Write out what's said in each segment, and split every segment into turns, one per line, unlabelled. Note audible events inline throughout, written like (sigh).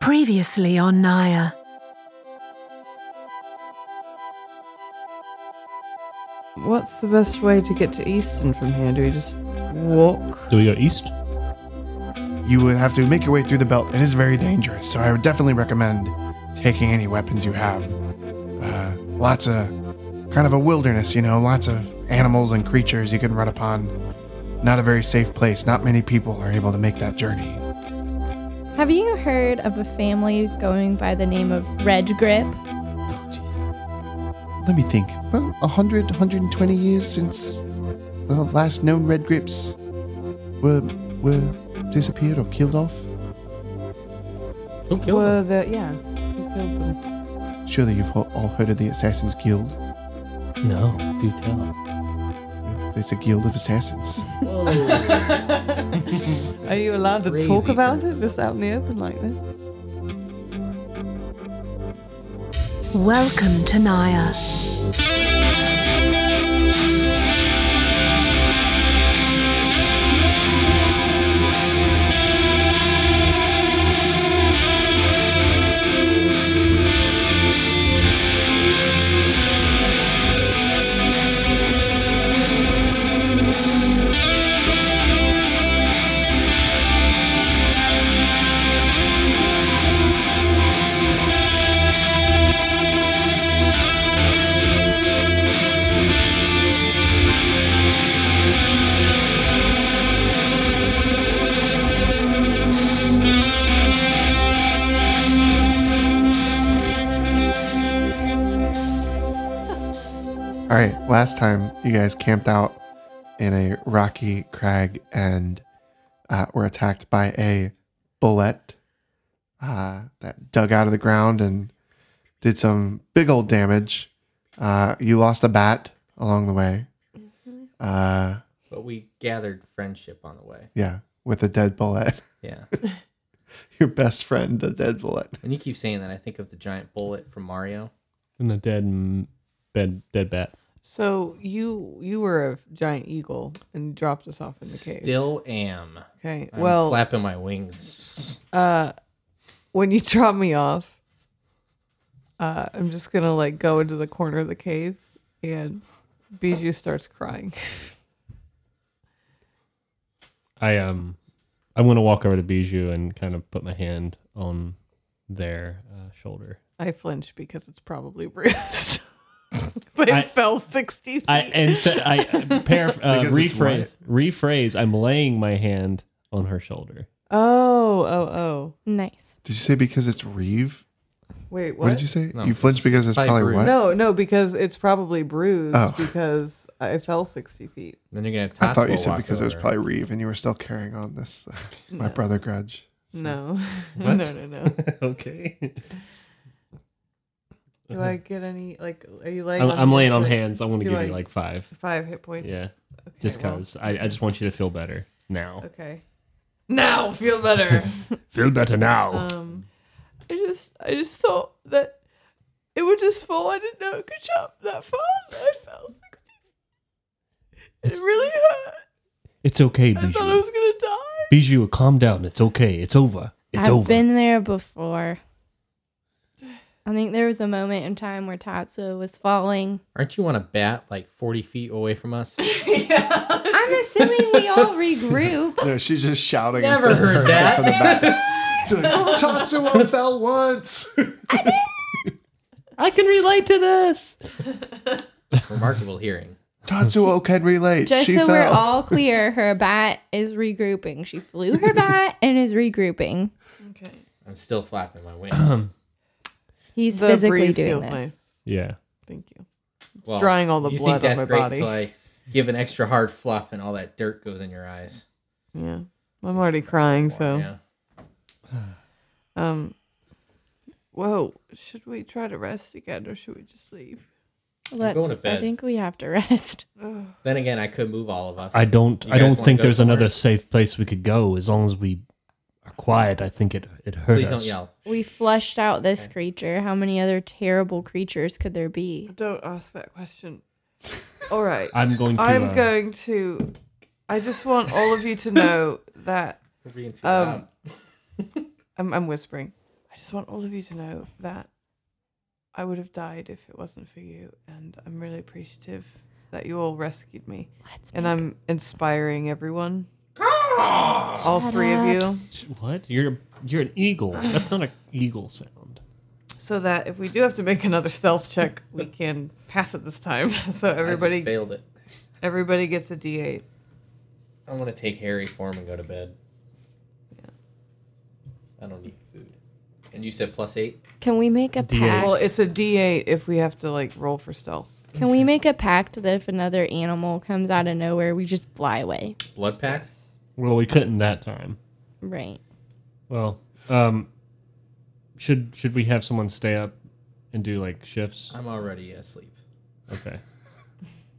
Previously on Naya.
What's the best way to get to Easton from here? Do we just walk?
Do we go east?
you would have to make your way through the belt. It is very dangerous, so I would definitely recommend taking any weapons you have. Uh, lots of kind of a wilderness, you know, lots of animals and creatures you can run upon. Not a very safe place. Not many people are able to make that journey.
Have you heard of a family going by the name of Red Grip?
Let me think. Well, 100, 120 years since the last known red grips were were disappeared or killed off.
Who killed
Were
him?
the yeah? Who killed them?
Surely you've ho- all heard of the Assassin's Guild.
No, do tell.
It's a guild of assassins.
Are you allowed to talk about it just out in the open like this?
Welcome to Naya.
All right, last time you guys camped out in a rocky crag and uh, were attacked by a bullet uh, that dug out of the ground and did some big old damage. Uh, you lost a bat along the way. Uh,
But we gathered friendship on the way.
yeah, with a dead bullet. (laughs)
(laughs) Yeah.
Your best friend, a dead bullet.
when you keep saying that, I think of the giant bullet from Mario.
And the dead, m- bed, dead bat.
So you you were a giant eagle and dropped us off in the cave.
Still am.
okay.
I'm
well,
flapping my wings.
uh, when you (laughs) drop me off, uh, I'm just gonna like go into the corner of the cave, and Bijou starts crying.
I um, I'm gonna walk over to Bijou and kind of put my hand on their uh, shoulder.
I flinch because it's probably (laughs) bruised. but it
I-
fell sixty feet.
I instead I
(laughs)
paraph- uh,
Because it's
rephrase
wet.
rephrase. I'm laying my hand on her shoulder.
oh, oh,
Nice.
Did you say because it's Reeve?
oh. Wait, what?
What, did you say?
No,
you flinched
it's-
because it's
it's
probably,
probably
what?
No, no, because it's probably bruised
Oh.
because I fell sixty feet.
Then you're gonna have
I thought you
Tatsuo
said
walk
because it was
over.
probably Reeve and you were still carrying on this uh, my
No.
brother grudge. So-
No,
What?
(laughs) no, no, no.
(laughs) okay.
Do I get any? Like, are you laying?
I'm,
on
I'm laying on
for
hands. I want to
Do
give
I-
you like five,
Five hit points.
Yeah,
Okay,
just
well,
because I, I just want you to feel better now.
okay. Now feel
(laughs)
better.
Feel better now.
um, I just, I just thought that it would just fall. I didn't know it could jump that far. but I fell sixty. It
It's-
really hurt.
it's okay,
I
Bijou.
thought I was gonna die.
Bijou, calm down. It's okay. It's over. It's
I've
over.
been there before. I think there was a moment in time where Tatsuo was falling.
Aren't you on a bat like 40 feet away
(laughs)
from us?
I'm assuming we all regroup.
(laughs) No, she's just shouting.
Never
at the
heard
person
that.
From the back. You're like, "Oh, Tatsuo
(laughs)
fell once.
I can relate to this.
Remarkable hearing.
Tatsuo can relate.
Just
she
so
fell.
we're all clear, her bat is regrouping. She flew her bat and is regrouping.
Okay.
I'm still flapping my wings.
He's physically doing this.
nice.
Yeah.
Thank you. (clears throat) It's
Well,
drying all the
you
blood
think
on
that's
my
great
body.
Until I give an extra hard fluff and all that dirt goes in your eyes.
Yeah. I'm already crying, so
Yeah.
um Whoa, should we try to rest again or should we just leave?
going
Let's,
to
I
bed.
think we have to (laughs) rest.
Ugh.
Then again, I could move all of us.
I don't.
You
I
guys
don't
wanna
think
go
there's
somewhere?
another safe place we could go. As long as we are quiet, I think it it hurt
Please
us.
don't yell.
We flushed out this creature. How many other terrible creatures could there be?
Don't ask that question. All right.
I'm going to.
I'm
uh,
going to I just want all of you to know that
We're being too
Um,
loud. (laughs)
I'm I'm whispering. I just want all of you to know that I would have died if it wasn't for you, and I'm really appreciative that you all rescued me.
Let's
And
make-
I'm inspiring everyone. all three of you.
What? You're you're an eagle. That's not an eagle sound.
So that if we do have to make another stealth check,
(laughs)
we can pass it this time. (laughs) So
Everybody
everybody
failed it.
everybody gets a D eight.
I want to take Harry form and go to bed. Yeah. I don't need food. And you said plus eight.
Can we make a
D8.
pact?
Well, it's a D eight if we have to like roll for stealth.
Can we make a pact that if another animal comes out of nowhere, we just fly away?
Blood packs.
Well, we couldn't that time.
Right.
Well, um, should should we have someone stay up and do like shifts?
I'm already asleep.
Okay.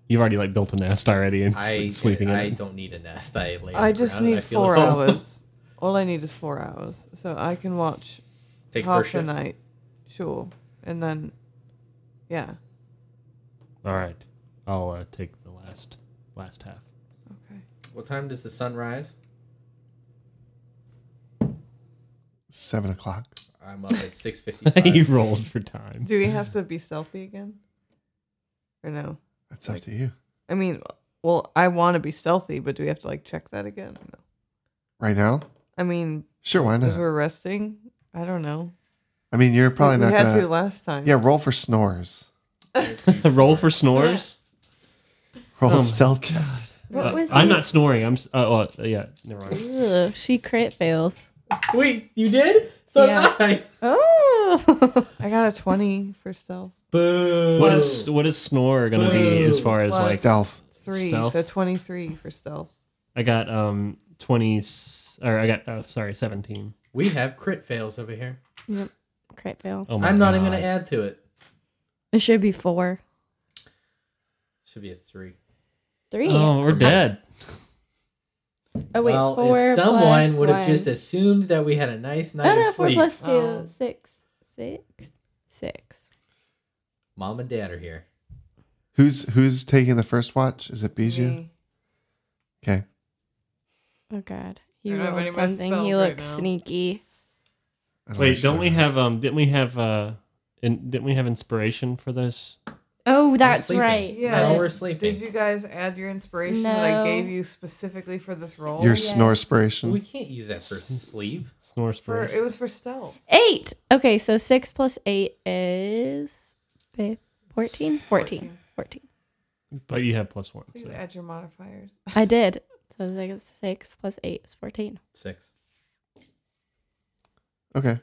You've already like built a nest already and
I
sleep- sleeping in
I
it.
don't need a nest. I lay. on
I
the
just
ground and
need
I feel
four
at home.
hours. All I need is four hours, so I can watch
(laughs) Take
half
first
the
shift.
night, sure, and then, yeah,
All right, I'll uh, take the last last half.
okay.
What time does the sun rise?
Seven o'clock.
I'm up
(laughs)
at six fifty-five.
you rolled for time.
Do we have to be stealthy again, or no?
That's up to you.
I mean, well, I want to be stealthy, but do we have to like check that again? No.
Right now?
I mean,
Sure, why
because
not?
we're resting, I don't know.
I mean, you're probably
we
not
had
gonna.
to last time.
Yeah, roll for snores.
(laughs) Roll for snores.
Roll
Oh my
stealth checks.
What
Uh,
was
I'm (laughs)
the-
not snoring. I'm. s- Uh, oh, yeah. Never mind.
Ugh, she crit fails.
Wait, you did? So did
Yeah.
I.
Oh.
I got a twenty for stealth.
Boo.
What is what is snore gonna be as far as
Plus
like?
stealth.
Three,
Stealth?
so twenty-three for stealth.
I got um twenty s- or I got oh, sorry seventeen.
We have crit fails over here.
crit fail.
Oh my
I'm not even
God.
gonna add to it.
It should be four.
Should be a three.
Three.
Oh,
Oh,
we're dead.
wait,
well,
four.
if someone
plus
would have
one.
just assumed that we had a nice night
Oh, no,
of
four
sleep,
plus two.
Oh.
Six. Six. Six.
mom and dad are here.
Who's who's taking the first watch? Is it Bijou?
Me.
Okay.
Oh, God. He
I don't have any
rolled
of my
something. He
spells right
looks
now.
sneaky.
I
Wait, don't we
understand.
have um? Didn't we have uh? In, didn't we have inspiration for this?
Oh, that's
sleeping.
right.
Yeah.
Now
But-
we're sleeping.
Did you guys add your inspiration that I gave
No.
you specifically for this role?
your
yes.
snore spiration?
We can't use
(laughs)
that for sleep.
Snore
For
spiration.
it was for stealth.
Eight. Okay, so six plus eight is babe, 14? 14. 14.
But you have plus one.
Please
so-
add your modifiers.
I did. So it's like six plus eight is 14.
Six.
okay.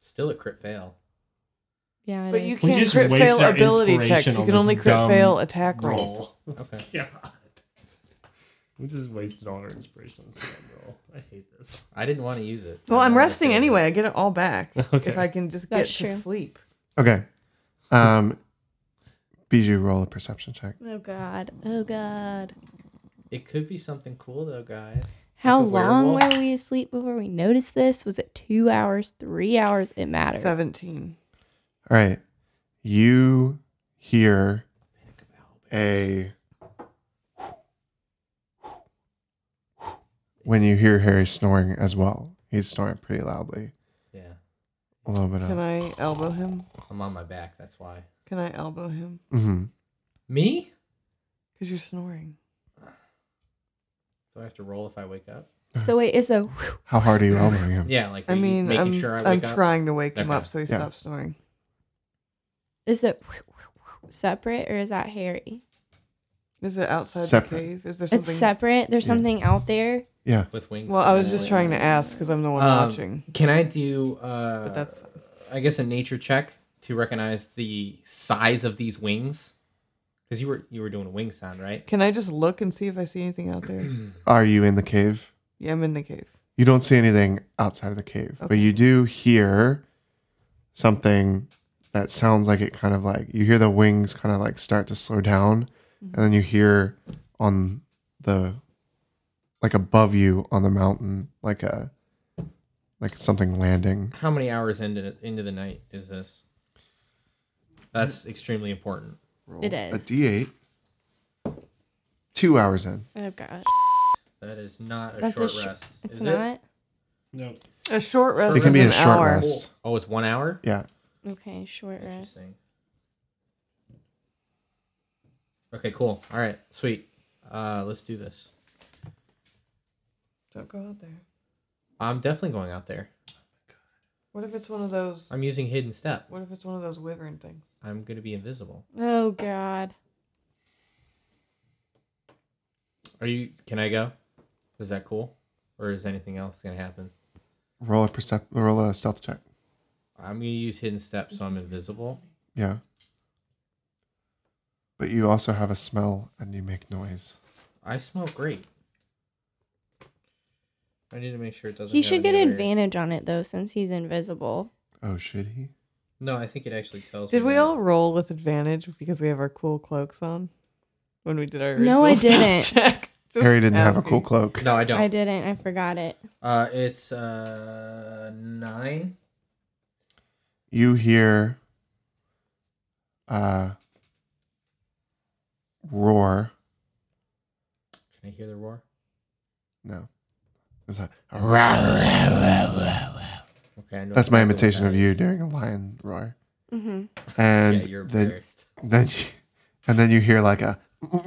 Still a crit fail.
Yeah, it
But you
is.
We
can't
just
crit
waste
fail
our
ability
inspiration
checks. You
on
can
this
only crit
dumb
fail attack rolls.
Roll.
Okay.
Oh, God. (laughs) We just wasted all our inspiration on this damn roll. I hate this.
I didn't want to use it.
Well,
I
I'm
wanted to
resting
save it.
anyway. I get it all back
(laughs) Okay.
if I can just
That's
get
true.
to sleep.
Okay. Um Bijou roll a perception check.
Oh god. Oh god.
It could be something cool though, guys.
How
a
long
werewolf?
were we asleep before we noticed this? Was it two hours, three hours? It matters.
Seventeen.
All right. You hear a when you hear Harry snoring as well. He's snoring pretty loudly.
Yeah.
A little bit
Can
of
I elbow him?
I'm on my back, that's why.
Can I elbow him?
hmm
Me?
Because you're snoring.
Do I have to roll if I wake up?
So wait, is the
How hard are you elbowing him?
Yeah, like
I
are you
mean,
making
I'm,
sure I
I'm
wake up.
trying to wake him
Okay.
up so he
Yeah.
stops snoring.
is the separate or is that Harry?
Is it outside
Separate.
the cave? Is there
It's
something?
separate. There's
Yeah.
something out there.
Yeah.
with wings.
well, I was just trying to ask because I'm the one
Um,
watching.
Can I do uh
But that's
I guess a nature check to recognize the size of these wings? Because you were you were doing a wing sound, right? (clears throat)
Can I just look and see if I see anything out there?
Are you in the cave?
yeah, I'm in the cave.
You don't see anything outside of the cave, but you do hear something that sounds like it kind of like you hear the wings kind of like start to slow down, and then you hear on the like above you on the mountain like a like something landing.
How many hours into into the night is this? That's extremely important.
It
A
is.
D eight. Two hours in.
Oh god.
That is not a
That's a
short
sh-
rest.
It's
is
not.
Nope.
A short rest.
It can
is
be a
an
short
hour.
rest.
Oh, it's one hour.
Yeah.
Okay, short rest.
Interesting. Okay, cool. All right, sweet. Uh, let's do this.
Don't go out there.
I'm definitely going out there.
What if it's one of those?
I'm using hidden step.
What if it's one of those wyvern things?
I'm gonna be invisible.
Oh God.
Are you? Can I go? Is that cool? Or is anything else gonna happen?
Roll a percep- roll a stealth check.
I'm gonna use hidden step, so I'm invisible.
Yeah. But you also have a smell and you make noise.
I smell great. I need to make sure it doesn't.
He
go
should get
anywhere.
advantage on it though, since he's invisible.
Oh, should he?
No, I think it actually tells.
Did
me
we
that.
all roll with advantage because we have our cool cloaks on when we did our
No, I
original (laughs) stealth
didn't.
Check? Just
Harry didn't have a cool
asking.
cloak.
No, I don't.
I didn't. I forgot it.
Uh, it's uh nine.
You hear uh roar.
Can I hear the roar?
No. It's a That's
Okay, I know
my
exactly what
imitation
that
of you
is.
doing a lion roar.
hmm
And
Mm-hmm.
Yeah, you're
then
embarrassed.
then you, and then you hear like a (laughs)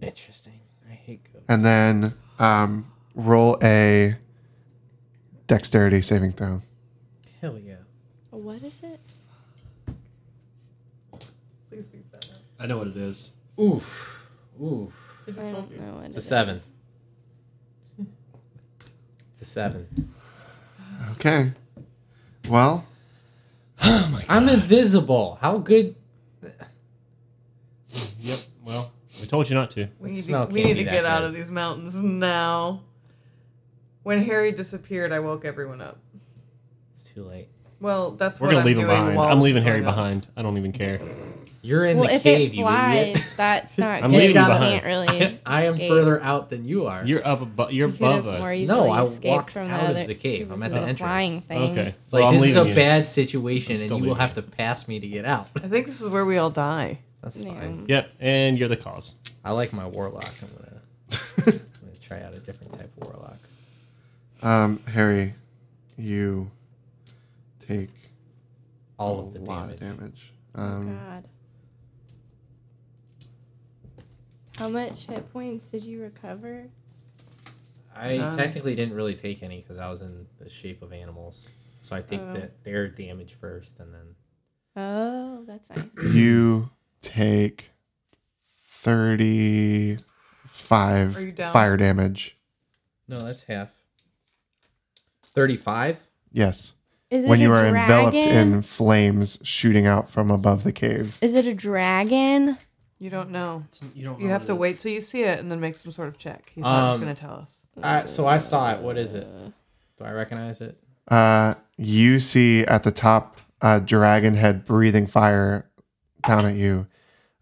Interesting. I hate goats.
and then um roll a dexterity saving throw.
Hell yeah.
What is it?
Please be better.
I know what it is.
Oof. Oof.
I don't know what
It's
it
a
is.
seven. It's a seven.
Okay. Well, (laughs)
I'm invisible. How good?
Yep. Well, we told you not to.
We
That
need to,
smell
we
can't
need
be
to
that
get out
good.
of these mountains now. When Harry disappeared, I woke everyone up.
It's too late.
Well, that's
We're
what
gonna
I'm
leave him
doing
behind.
while
I'm
this
leaving
is
Harry
going on.
behind. I don't even care.
You're in
Well,
the
if
cave,
it
you
flies,
(laughs) idiot.
that's not
I'm
good.
leaving
You
behind.
can't really.
(laughs) I am
escape.
further out than you are.
You're up above. You're
You could have
above us.
more
No,
easily
I
escaped
walked
from
out
the
of
other,
the cave.
'cause
I'm
this
at
is
the
a
entrance.
Flying thing.
Okay.
like
well, I'm
this is a
leaving you.
bad
I'm
situation, and
still
you will
leaving
have to pass me to get out. (laughs)
I think this is where we all die.
That's
Yeah.
fine.
Yep. And you're the cause.
I like my warlock. I'm gonna, I'm gonna try out a different type of warlock.
um Harry, you take
All
a
of the
lot
damage.
of damage. Um
God. How much hit points did you recover?
I
Um,
technically didn't really take any because I was in the shape of animals, so I take
Oh.
that their damage first, and then
Oh, that's nice.
you take 35
Are you down?
fire damage.
no, that's half. Thirty-five.
Yes.
Is it
when you
a
are
dragon?
enveloped in flames shooting out from above the cave.
Is it a dragon?
You don't know.
It's, you don't
You
know
have
what
to
it
wait
is.
till you see it and then make some sort of check. He's not just
Um,
going to tell us.
Uh, so I saw it. What is it? Do I recognize it?
Uh, you see at the top a dragon head breathing fire down at you,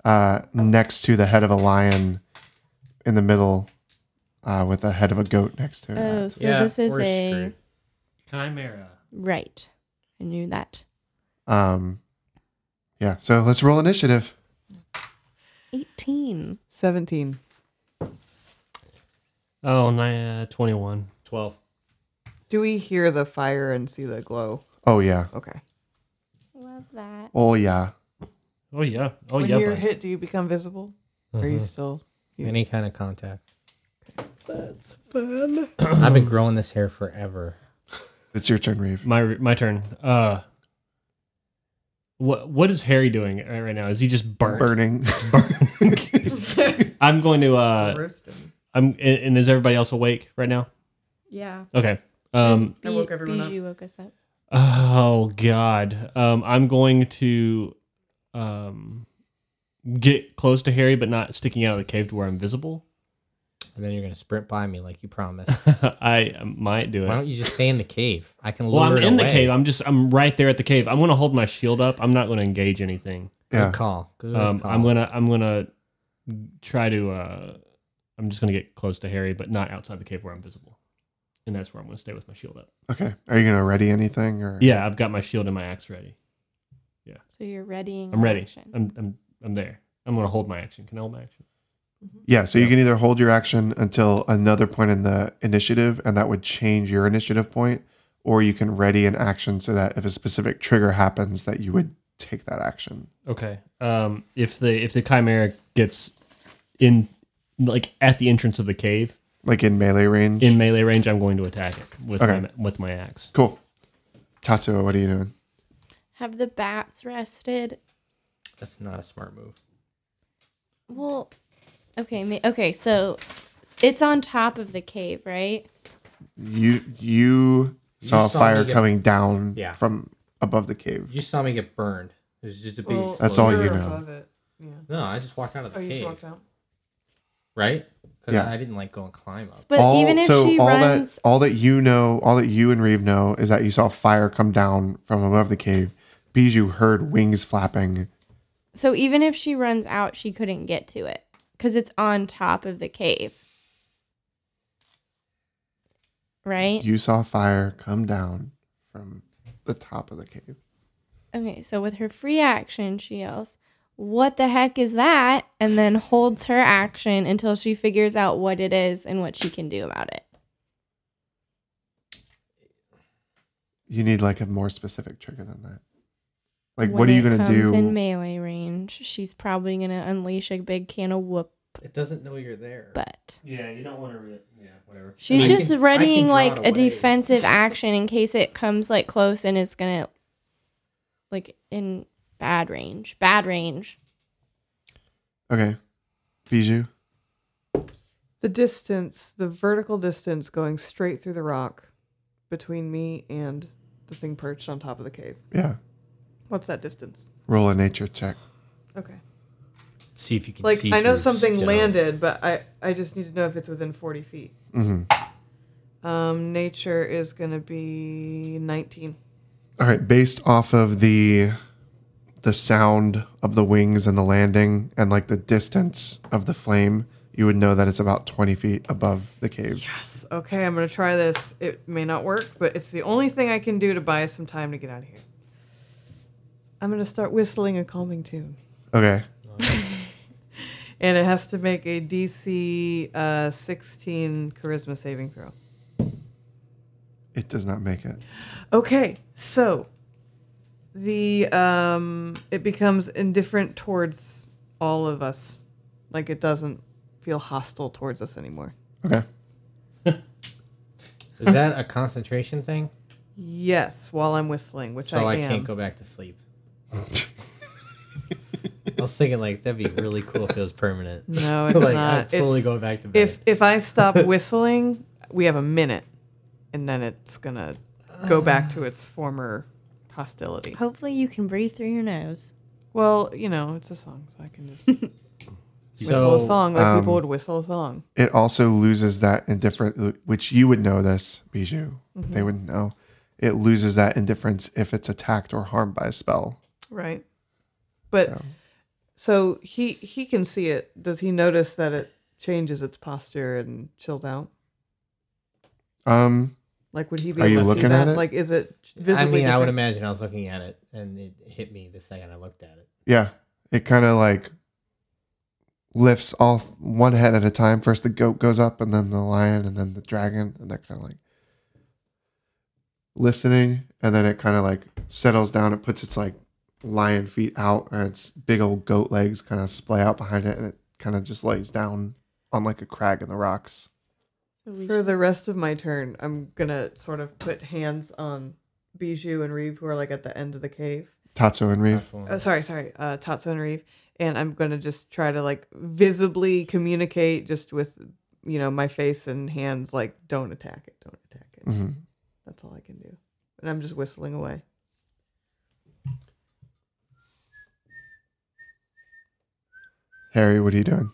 uh, next to the head of a lion in the middle, uh, with the head of a goat next to it.
Oh, so this is a
Chimera.
right. I knew that.
Um, yeah, so let's roll initiative.
Eighteen.
17.
Oh, nine, uh, 21.
twelve.
Do we hear the fire and see the glow?
Oh, yeah.
Okay.
Love that.
Oh, yeah.
Oh yeah. Oh
when
yeah. Uh-huh.
you're
bud.
hit, do you become visible? Or Are you still?
Any kind of contact. That's fun. (clears throat) I've been growing this hair forever.
It's your turn, Reeve.
My my turn. Uh. What what is Harry doing right right now? Is he just burnt?
Burning.
(laughs) I'm going to. uh
Roasted.
I'm and- and is everybody else awake right now?
Yeah.
Okay. Um.
I woke everyone up.
Bijou woke us up.
Oh God. Um. I'm going to, um, get close to Harry, but not sticking out of the cave to where I'm visible. (laughs)
And then you're gonna sprint by me like you promised.
I might do it.
Why don't you just stay in the cave? I can lure
Well, I'm
it
in the
away.
cave. I'm just I'm right there at the cave. I'm gonna hold my shield up. I'm not gonna engage anything.
(laughs)
Good
Yeah.
call. Good
Um,
call.
I'm gonna I'm gonna try to. Uh, I'm just gonna get close to Harry, but not outside the cave where I'm visible. And that's where I'm gonna stay with my shield up.
Okay. Are you going to ready anything? or
Yeah, I've got my shield and my axe ready.
So you're readying.
I'm ready.
action.
I'm I'm I'm there. I'm gonna hold my action. Can I hold my action?
Yeah, so you can either hold your action until another point in the initiative, and that would change your initiative point, or you can ready an action so that if a specific trigger happens, that you would take that action.
Okay. Um, if the if the chimera gets in, like at the entrance of the cave
Like in melee range.
in melee range, I'm going to attack it with
Okay.
my, with my axe.
cool. Tatsuo, what are you doing?
Have the bats rested?
That's not a smart move.
Well, okay, ma- okay. So it's on top of the cave, right?
You you saw a
saw
fire
me get-
coming down
Yeah.
from above the cave.
You just saw me get burned. It was just a big.
Well,
explosion.
That's all
we
you
were
know.
above it. Yeah.
No, I just walked out of the
Oh, you just
cave,
walked out.
right? Because
Yeah.
I didn't like go and climb up.
But even if she
all
runs,
that all that you know, all that you and Reeve know is that you saw fire come down from above the cave. Bijou heard wings flapping.
so even if she runs out, she couldn't get to it because it's on top of the cave, right?
You saw fire come down from the top of the cave.
Okay, so with her free action, she yells, What the heck is that? And then holds her action until she figures out what it is and what she can do about it.
You need like a more specific trigger than that. Like, what are you
When it
gonna
comes
do?
in melee range? She's probably gonna unleash a big can of whoop
It doesn't know you're there.
butt.
Yeah, you don't want to. Re- yeah, whatever.
She's
I
just
can- I can
readying
draw
like
it
a
away.
defensive action in case it comes like close and is gonna like in bad range. Bad range.
okay, Bijou.
The distance, the vertical distance going straight through the rock between me and the thing perched on top of the cave.
Yeah,
What's that distance?
roll a nature check.
Okay.
See if you can
Like
see.
I know
through
something
stone.
landed, but I I just need to know if it's within 40 feet.
hmm
Um nature is going to be 19.
All right, based off of the the sound of the wings and the landing and like the distance of the flame, you would know that it's about 20 feet above the cave.
Yes. Okay, I'm going to try this. It may not work, but it's the only thing I can do to buy us some time to get out of here. I'm going to start whistling a calming tune.
Okay.
And it has to make a DC uh, 16 charisma saving throw.
It does not make it.
Okay, so the um, it becomes indifferent towards all of us, like it doesn't feel hostile towards us anymore.
Okay.
Is that a
(laughs)
concentration thing?
Yes, while I'm whistling, which
So
I,
I,
am.
can't go back
(laughs)
to sleep. I was thinking like that'd be really cool if it was permanent.
(laughs) No, it's
(laughs) like
not.
I'd totally
It's-
go back to bed.
if if I
(laughs)
stop whistling, we have a minute, and then it's gonna go back
Uh.
to its former hostility.
Hopefully you can breathe through your nose.
Well, you know, it's a song, so I can
(laughs)
just whistle
so
a song like people
um,
would whistle a song.
It also loses that indifferent, which you would know this, Bijou. They wouldn't know. It loses that indifference if it's attacked or harmed by a spell.
Right. But so.
So-
he he can see it. Does he notice that it changes its posture and chills out?
Um,
Like would he be
Are
able
you
to see
looking
that?
at it?
Like is it
I
visibly
mean, I would
different?
imagine I was looking at it and it hit me the second I looked at it.
yeah, it kind of like lifts off one head at a time. First the goat goes up, and then the lion, and then the dragon, and they're kind of like listening, and then it kind of like settles down. It puts its like lion feet out, and its big old goat legs kind of splay out behind it, and it kind of just lays down on like a crag in the rocks.
For the rest of my turn, I'm gonna sort of put hands on Bijou and Reeve, who are like at the end of the cave.
Tatsuo and Reeve.
That's one.
Uh, sorry, sorry, uh, Tatsu and Reeve, and I'm gonna just try to like visibly communicate, just with you know my face and hands, like don't attack it, don't attack it.
hmm
That's all I can do, and I'm just whistling away.
Harry, what are you doing?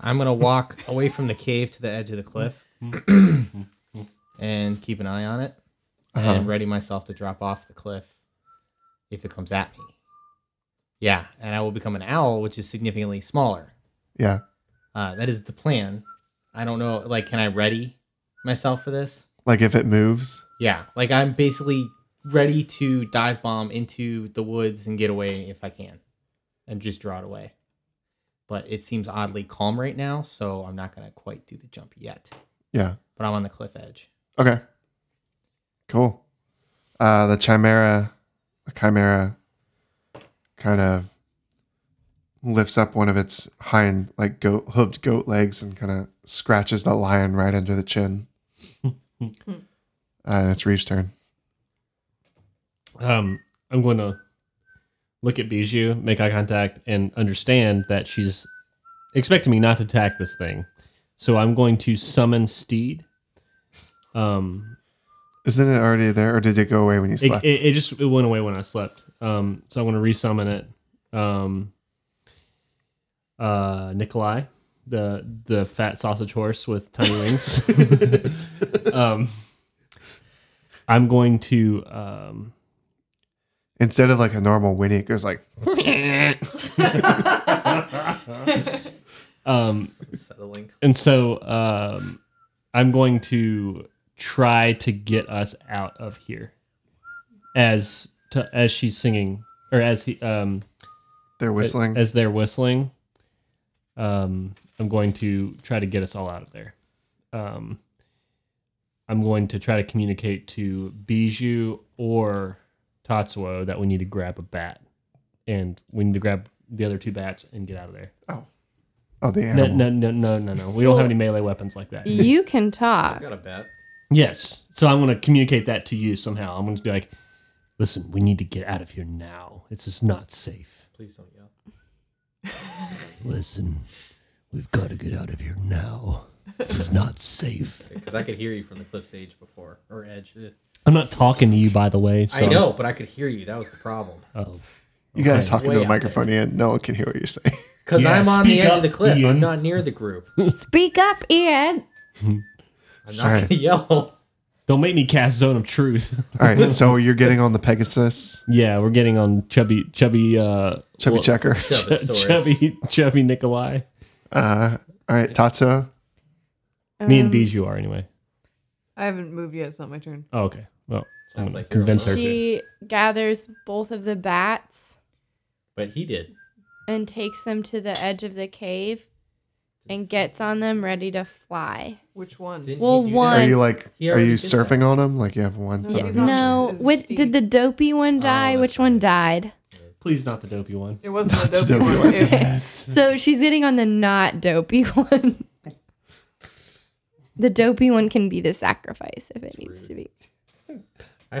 I'm gonna walk away from the cave to the edge of the cliff and keep an eye on it
Uh-huh.
and ready myself to drop off the cliff if it comes at me. Yeah, and I will become an owl, which is significantly smaller.
Yeah.
Uh, that is the plan. I don't know. Like, can I ready myself for this?
Like if it moves.
Yeah. Like, I'm basically ready to dive bomb into the woods and get away if I can, and just draw it away. but it seems oddly calm right now, so I'm not gonna quite do the jump yet.
Yeah.
But I'm on the cliff edge.
Okay. Cool. Uh, the chimera, the chimera, kind of lifts up one of its hind, like goat hooved goat legs, and kind of scratches the lion right under the
(laughs)
chin. uh, it's Reeve's turn.
Um, I'm going to look at Bijou, make eye contact, and understand that she's expecting me not to attack this thing. So I'm going to summon Steed. Um,
Isn't it already there, or did it go away when you
it,
slept?
it, it just it went away when I slept. Um, so I'm going to resummon it. Um, uh, Nikolai, the the fat sausage horse with tiny wings. (laughs) um, I'm going to um, (laughs)
Instead of like a normal whinny, it goes like
um,
Settling.
And so um, I'm going to try to get us out of here as to, as she's singing or as he um
they're whistling.
as they're whistling. Um, I'm going to try to get us all out of there. Um, I'm going to try to communicate to Bijou or Tatsuo that we need to grab a bat and we need to grab the other two bats and get out of there.
oh, the
No,
animal.
no, no, no, no, no. We don't have any melee weapons like that.
You can talk.
(laughs) a bet.
Yes. So I'm going to communicate that to you somehow. I'm going to be like, listen, we need to get out of here now. It's just not safe.
Please don't yell.
Listen, we've got to get out of here now. This is not safe.
Because I could hear you from the cliff's edge before or edge. Ugh.
I'm not talking to you, by the way. So,
I know, but I could hear you. That was the problem.
Oh.
you gotta
Okay.
talk into
Way
the
out
microphone, and no one can hear what you're saying.
Because
Yeah,
I'm on the
speak
edge
up,
of the cliff.
Ian.
I'm not near the group.
Speak up, Ian.
(laughs) I'm
Sorry.
not gonna (laughs) yell.
Don't make me cast Zone of Truth. (laughs)
All right, so you're getting on the Pegasus,
yeah, we're getting on chubby, chubby, uh,
chubby
well,
checker.
Chubasaurus.
chubby, chubby Nikolai.
Uh, all right, Tatsuo.
me and
Um,
Bijou are anyway.
I haven't moved yet. It's not my turn.
Oh, okay. Well, I'm
Sounds
gonna
like you're
convince her. To,
alone.
She gathers both of the bats
But he did.
and takes them to the edge of the cave and gets on them ready to fly.
Which one?
Didn't
Well,
he do
one-
Are
That?
you like?
He
Are
already
you
did
surfing
that.
on him? Like you have one.
No,
foot
he's
on
not-
him?
No,
Is
wait,
Steve-
did the dopey one die?
Oh, that's
Which one
right. (laughs)
died?
please, not the dopey
(laughs)
one.
It wasn't a
the
dopey
dopey
one. It-
So she's getting on the not dopey (laughs) one. the dopey one can be the sacrifice if it needs to be.
I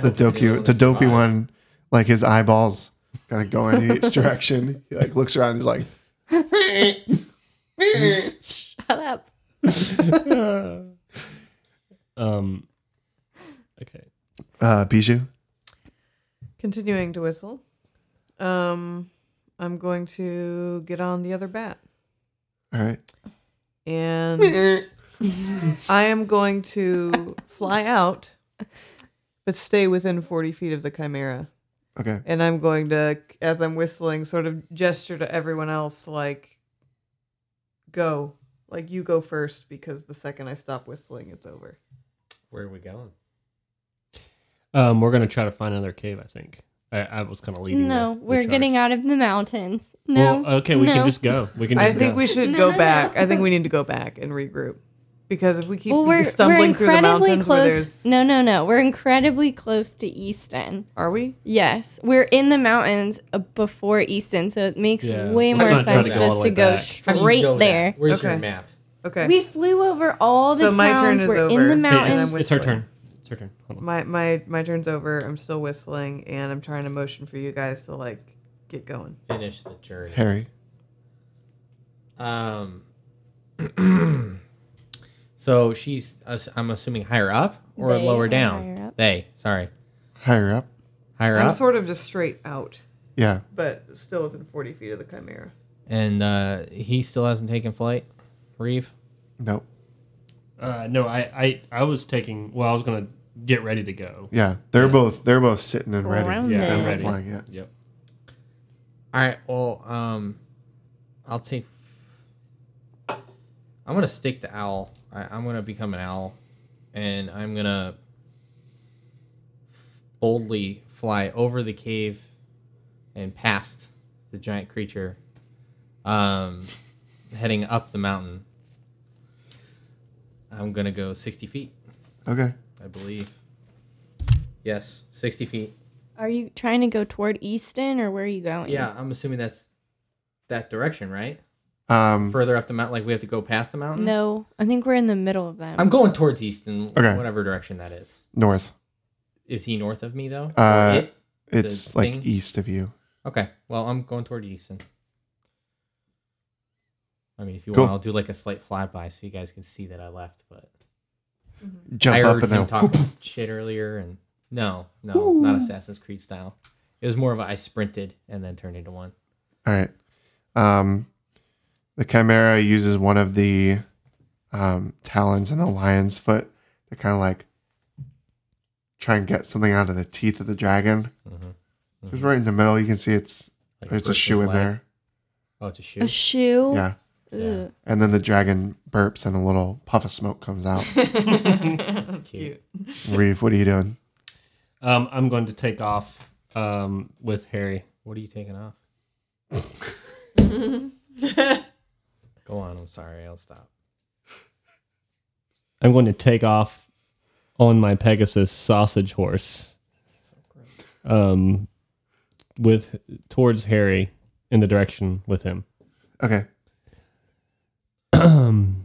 the
hope he's only
dopey,
one
the
that
dopey
survives.
one, like his eyeballs kind of go in
(laughs)
each direction. He like looks around. He's like,
Shut up.
Um, okay.
uh, Bijou.
(laughs) Continuing to whistle. Um, I'm going to get on the other bat,
All right, (laughs)
Eh.
and I am going to fly out, but stay within 40 feet of the chimera.
okay.
And I'm going to, as I'm whistling, sort of gesture to everyone else, like, go. Like, you go first, because the second I stop whistling, it's over.
Where are we going?
Um, we're gonna try to find another cave. I think I, I was kind of leading.
No, we're getting out of the mountains. No.
okay, we
no.
can just go. We can.
I
Just
think
go.
we should
No,
go
no,
back.
no.
I think we need to go back and regroup. Because if we keep
Well, we're, we're
stumbling through the
incredibly
mountains, where there's-
close. No, no, no. We're incredibly close to Easton.
are we?
Yes, we're in the mountains uh, before Easton, so it makes
Yeah.
way
Let's
more
not try to
sense
go all
just
the way
to
back.
go
How do you
straight
go
there.
Where's
Okay.
your map?
Okay.
We flew over all the
So my turn
towns.
is
We're
over.
in the
And
Hey,
mountains.
it's,
I'm
it's her
whistling.
turn. It's her turn. Hold on.
my my my turn's over. I'm still whistling, and I'm trying to motion for you guys to like get going.
Finish the journey.
Harry.
Um. (clears throat) so she's, ass- I'm assuming, higher up or
They
lower
are
down.
higher up.
They, sorry,
Higher up.
higher
I'm
up.
sort of just straight out,
Yeah.
but still within 40 feet of the chimera.
and uh, he still hasn't taken flight. Reeve.
Nope.
Uh, no, I, I, I was taking. Well, I was gonna get ready to go.
Yeah. They're both. They're both sitting and ready.
Grounded.
Yeah, I'm
Yeah.
ready.
Flying. Yeah.
Yep.
All right. Well, um, I'll take. I'm gonna stick to owl. I, I'm gonna become an owl, and I'm gonna boldly fly over the cave and past the giant creature, um, (laughs) heading up the mountain. I'm gonna go 60 feet,
Okay.
I believe. Yes, 60 feet.
Are you trying to go toward Easton or where are you going?
Yeah, I'm assuming that's that direction, right?
Um,
Further up the mountain, like we have to go past the mountain.
No, I think we're in the middle of them.
I'm going towards east in
Okay.
whatever direction that is.
north.
Is he north of me though? Or
Uh,
it?
It's
the
like
thing?
east of you.
Okay. Well, I'm going toward Easton. I mean, if you
Cool.
want, I'll do like a slight flyby so you guys can see that I left. But
Jump
I
up
heard
and
him
then (laughs)
talking shit earlier, and no, no, not Assassin's Creed style. It was more of a I sprinted and then turned into one.
All right. Um, the chimera uses one of the um, talons and the lion's foot to kind of like try and get something out of the teeth of the dragon. It's right in the middle. You can see it's
Like
there's a
versus
shoe in
lag.
there.
Oh, it's a shoe.
a shoe.
Yeah.
Yeah.
And then the dragon burps and a little puff of smoke comes
(laughs)
out.
That's cute.
Reeve, what are you doing?
Um, I'm going to take off um, with Harry.
What are you taking
(laughs)
off? Go on. I'm sorry. I'll stop.
I'm going to take off on my Pegasus sausage horse. Um, with towards Harry in the direction with him. (clears throat)
Okay.
and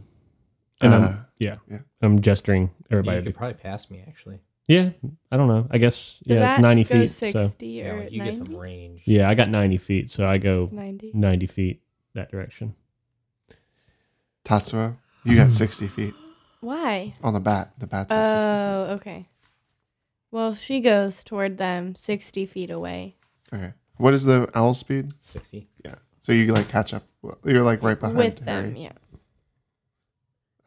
Uh,
I'm yeah,
yeah.
I'm gesturing everybody.
you could probably pass me actually.
Yeah, I don't know. I guess
The
yeah,
bats
it's 90
go
feet. So
60
Yeah,
or
like, you
90?
get some range.
yeah, I got 90 feet, so I go
90.
90 feet that direction.
Tatsuo, you got 60 feet
Why?
on the bat. The bat's
Oh,
at 60 feet.
okay. Well, she goes toward them 60 feet away.
Okay. What is the owl speed?
Sixty.
Yeah. So you like catch up. You're like right behind
with
Harry.
them, yeah.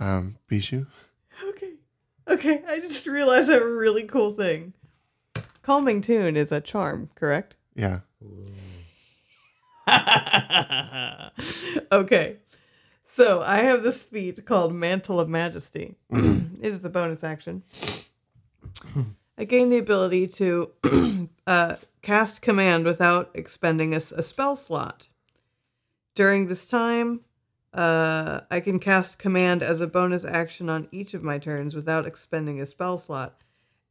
Um, Bishu.
Okay. Okay, I just realized a really cool thing. Calming tune is a charm, correct?
Yeah.
(laughs) okay. So I have this feat called Mantle of Majesty. it is a bonus action. I gain the ability to (clears throat) uh, cast command without expending a, s- a spell slot. During this time, uh, I can cast command as a bonus action on each of my turns without expending a spell slot.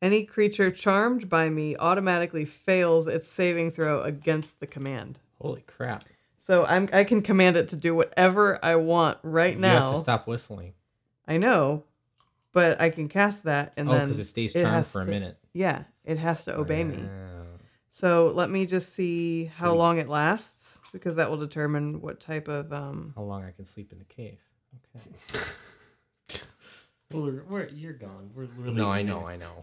Any creature charmed by me automatically fails its saving throw against the command.
Holy crap!
So I'm I can command it to do whatever I want right
you
now.
have to stop whistling.
I know, but I can cast that and
Oh,
then
because it stays
it
charmed
has
for a
to-
minute.
Yeah, it has to obey me.
Wow.
So let me just see how
So-
long it lasts because that will determine what type of um
How long I can sleep in the cave? Okay.
Well, you're gone. We're, we're
No, I know, I know.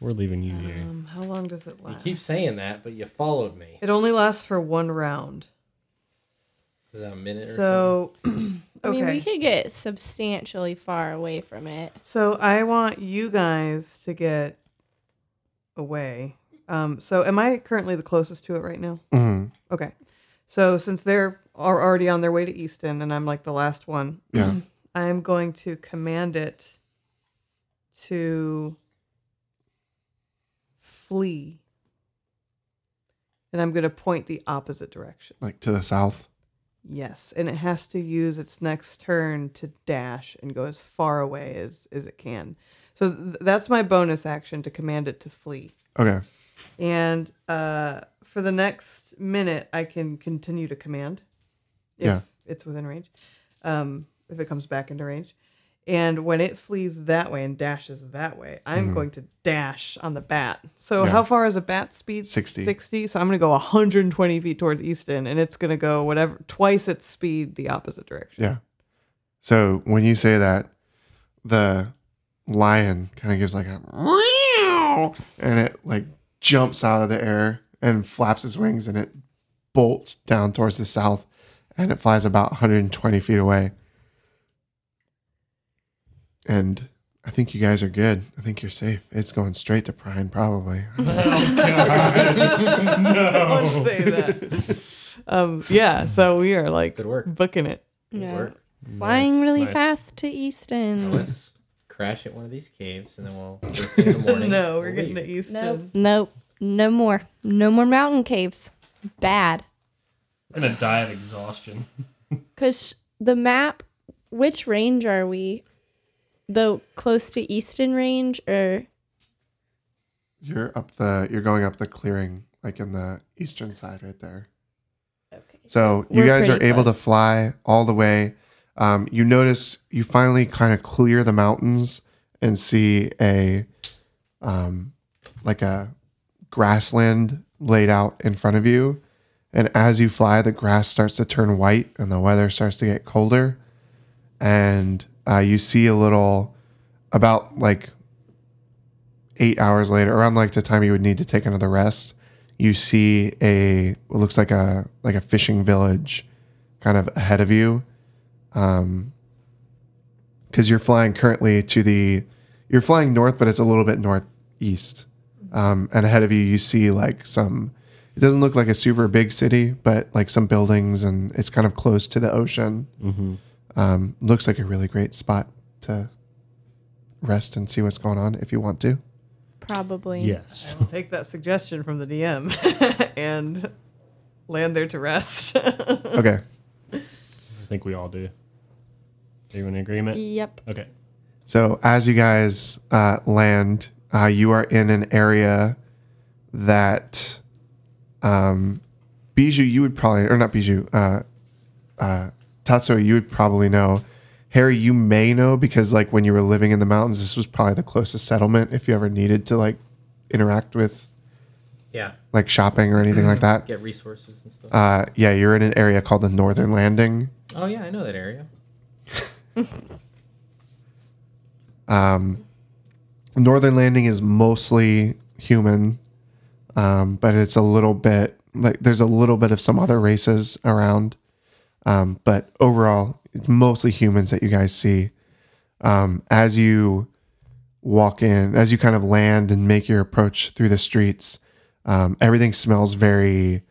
We're leaving you here.
um how long does it
You
last?
keep saying that, but you followed me.
It only lasts for one round.
Is that a minute or
So (clears throat)
I mean, we
okay.
could get substantially far away from it.
So I want you guys to get away. Um so am I currently the closest to it right now?
hmm
Okay. So since they're are already on their way to Easton and I'm like the last one,
Yeah.
I'm going to command it to flee. And I'm going to point the opposite direction.
like to the south.
Yes, and it has to use its next turn to dash and go as far away as as it can. So th- that's my bonus action to command it to flee.
Okay.
And uh, for the next minute, I can continue to command. If
Yeah.
It's within range. Um, if it comes back into range. And when it flees that way and dashes that way, I'm going to dash on the bat. So
Mm-hmm. Yeah.
how far is a bat speed?
60.
60. So I'm going to go 120 feet towards Easton and it's going to go whatever, twice its speed the opposite
(laughs)
direction. (laughs)
Yeah. So when you say that, the lion kind of gives like a meow, and it like jumps out of the air and flaps its wings and it bolts down towards the south and it flies about 120 feet away. And I think you guys are good. I think you're safe. It's going straight to Prime, probably.
Don't say that. um, yeah. So we are like
Good work.
booking it.
something?
Yeah.
Work.
Flying really
nice.
fast to Easton.
Let's crash at one of these caves, and then we'll.
(laughs)
first thing in the morning,
No, we're
we'll
getting to
leave.
Easton.
Nope. No more. No more mountain caves. Bad.
I'm going to die of exhaustion.
Because the map, which range are we? The close to Easton Range or
You're up the. You're going up the clearing, like in the eastern side, right there.
okay.
So you
We're
guys are
pretty
able to
close.
fly all the way. Um, you notice you finally kind of clear the mountains and see a, um, like a grassland laid out in front of you. And as you fly, the grass starts to turn white and the weather starts to get colder. And uh, you see a little, about like eight hours later, around like the time you would need to take another rest, you see a what looks like a like a fishing village, kind of ahead of you, um, because you're flying currently to the, you're flying north, but it's a little bit northeast, um, and ahead of you you see like some, it doesn't look like a super big city, but like some buildings and it's kind of close to the ocean.
Mm-hmm.
Um, looks like a really great spot to rest and see what's going on if you want to.
probably.
Yes.
I'll take that suggestion from the DM (laughs) and land there to rest. (laughs)
Okay.
(laughs) I think we all do. Everyone in agreement?
Yep.
Okay.
So as you guys uh, land, uh, you are in an area that um, Bijou, you would probably, or not Bijou, uh, uh, Tatsuo, you would probably know. Harry, you may know because like when you were living in the mountains, this was probably the closest settlement if you ever needed to like interact with
Yeah.
like shopping or anything like that.
Get resources and stuff.
Uh, yeah, you're in an area called the Northern Landing.
oh yeah, I know that area.
Um, Northern Landing is mostly human, um, but it's a little bit like there's a little bit of some other races around. Um, but overall, it's mostly humans that you guys see. Um, as you walk in, as you kind of land and make your approach through the streets, um, everything smells very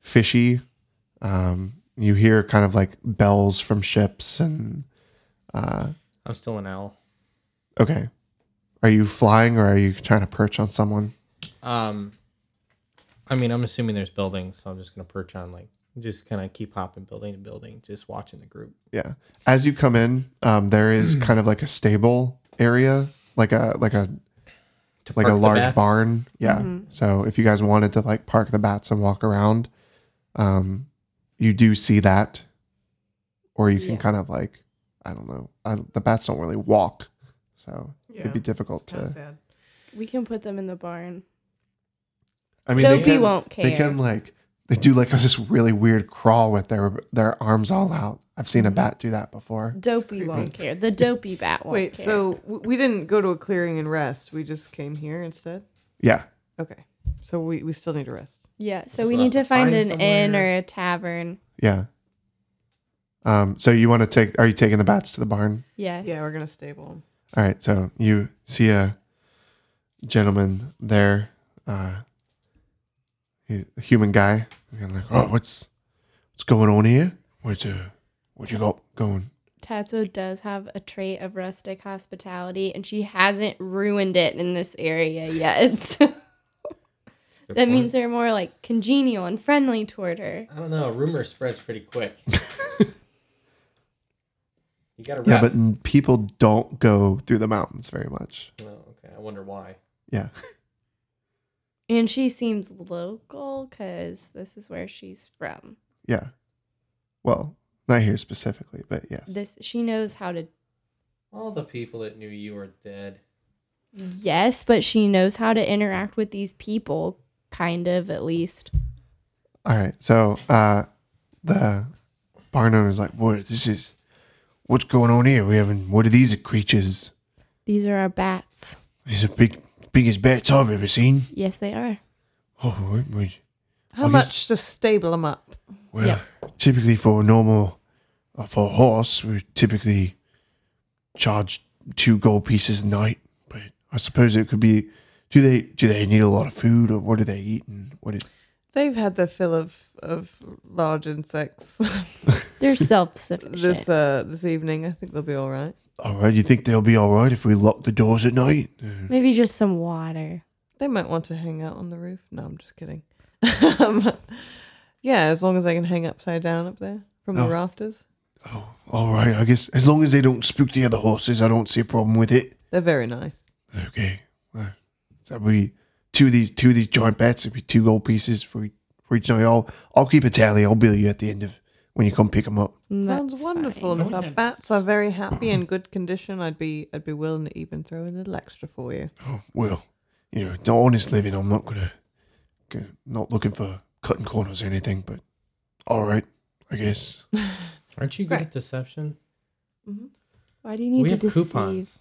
fishy. Um, you hear kind of like bells from ships and uh,
I'm still an owl.
Okay. Are you flying or are you trying to perch on someone?
Um, I mean, I'm assuming there's buildings, so I'm just gonna perch on like just kind of keep hopping building to building, just watching the group.
Yeah. As you come in, um, there is
Hmm.
kind of like a stable area, like a like a
To
like
park
a
the
large
bats.
barn. Yeah.
Mm-hmm.
So if you guys wanted to like park the bats and walk around, um, you do see that, or you can
Yeah.
kind of like I don't know. I, the bats don't really walk, so
yeah,
it'd be difficult to.
kind of sad.
We can put them in the barn.
I mean,
Dopey
they can,
won't care.
They can like they do like (laughs) this really weird crawl with their their arms all out. I've
Mm-hmm.
seen a bat do that before.
Dopey won't care. The
(laughs)
dopey bat won't
Wait,
care.
so w- we didn't go to a clearing and rest. We just came here instead?
Yeah.
Okay. So we, we still need to rest.
yeah, so
Just
we
have
need
to
to find,
find
an inn
somewhere.
or a tavern.
Yeah. Um, so you want to take are you taking the bats to the barn?
Yes.
Yeah, we're going to stable.
All right, so you see a gentleman there, uh he, a human guy. He's kinda like, Oh, what's what's going on here? What's uh what you got going?
Tatsuo does have a trait of rustic hospitality, and she hasn't ruined it in this area yet. (laughs) So
That's a good
that
point.
means they're more like congenial and friendly toward her.
I don't know. Rumor spreads pretty quick.
(laughs)
you gotta
Yeah,
wrap.
but n- people don't go through the mountains very much.
No, Oh, okay. I wonder why.
Yeah.
And she seems local because this is where she's from.
Yeah. Well, not here specifically, but yes.
This she knows how to
All the people that knew you are dead.
yes, but she knows how to interact with these people, kind of at least.
All right. So uh, the barn owner's like, "What? This is what's going on here? We haven't. What are these creatures?
These are our bats.
These are big, biggest bats I've ever seen.
Yes, they are.
Oh, we- we-
How
I guess-
much to stable them up?
well, typically for a normal, uh, for a horse, we typically charge two gold pieces a night. But I suppose it could be. Do they do they need a lot of food, or what do they eat, and what is
They've had their fill of, of large insects (laughs)
(laughs) They're self-sufficient.
this uh, this evening. I think they'll be all right.
All right, oh, you think they'll be all right if we lock the doors at night? Uh,
Maybe just some water.
They might want to hang out on the roof. No, I'm just kidding. (laughs) um, yeah, as long as I can hang upside down up there from
Oh.
the rafters.
Oh, all right. I guess as long as they don't spook the other horses, I don't see a problem with it.
They're very nice.
Okay. Well, so that we two of these two of these joint bets. It'd be two gold pieces for e, for each of y'all. I'll keep a tally. I'll bill you at the end of when you come pick them up.
That's
Sounds wonderful.
fine.
And if our bats are very happy and good condition, I'd be I'd be willing to even throw a little extra for you.
Oh, well, you know, the honest living. I'm not gonna, gonna not looking for cutting corners or anything. But all right, I guess.
Aren't you good at deception?
Mm-hmm.
Why do you need
we
to
have
deceive? (laughs)
(laughs) coupons.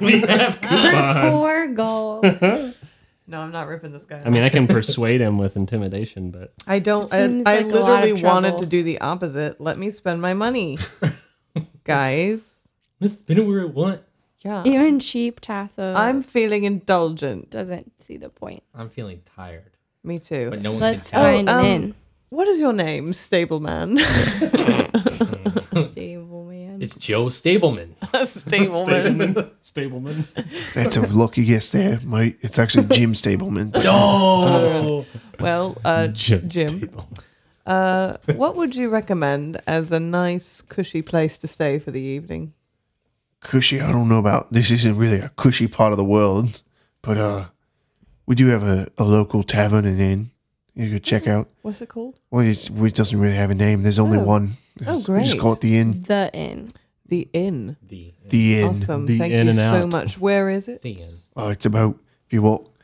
we have coupons.
Poor gold. (laughs)
No, I'm not ripping this guy.
I mean, I can persuade him with intimidation,
(laughs)
but
I don't.
It
I,
seems
I
like a lot of
literally wanted
trouble.
to do the opposite. Let me spend my
(laughs)
money, guys.
Let's spin it where it want.
Yeah,
Even cheap Tatho
I'm feeling indulgent.
doesn't see the point.
I'm feeling tired,
Me too.
but no one
Let's
can tell.
find
um,
an
What is your name, (laughs)
(laughs)
stableman?
(laughs)
inn. Stable man.
It's Joe Stableman.
Stableman.
(laughs) Stableman.
That's a lucky guess there, mate. It's actually Jim (laughs) Stableman. but-
No.
well,
(laughs)
uh, Jim.
Stable.
Uh, what would you recommend as a nice, cushy place to stay for the evening?
cushy. I don't know about this. Isn't really a cushy part of the world, but uh, we do have a, a local tavern and inn you could check out.
What's it called?
Well, it's, it doesn't really have a name. There's only
Mm. Oh.
one. It's- We just
great.
call it the inn.
The inn.
The Inn.
(laughs) the
The inn.
Awesome.
The
Thank
In
you
and
so
Out.
much. Where is it?
the end.
Oh, it's about if you walk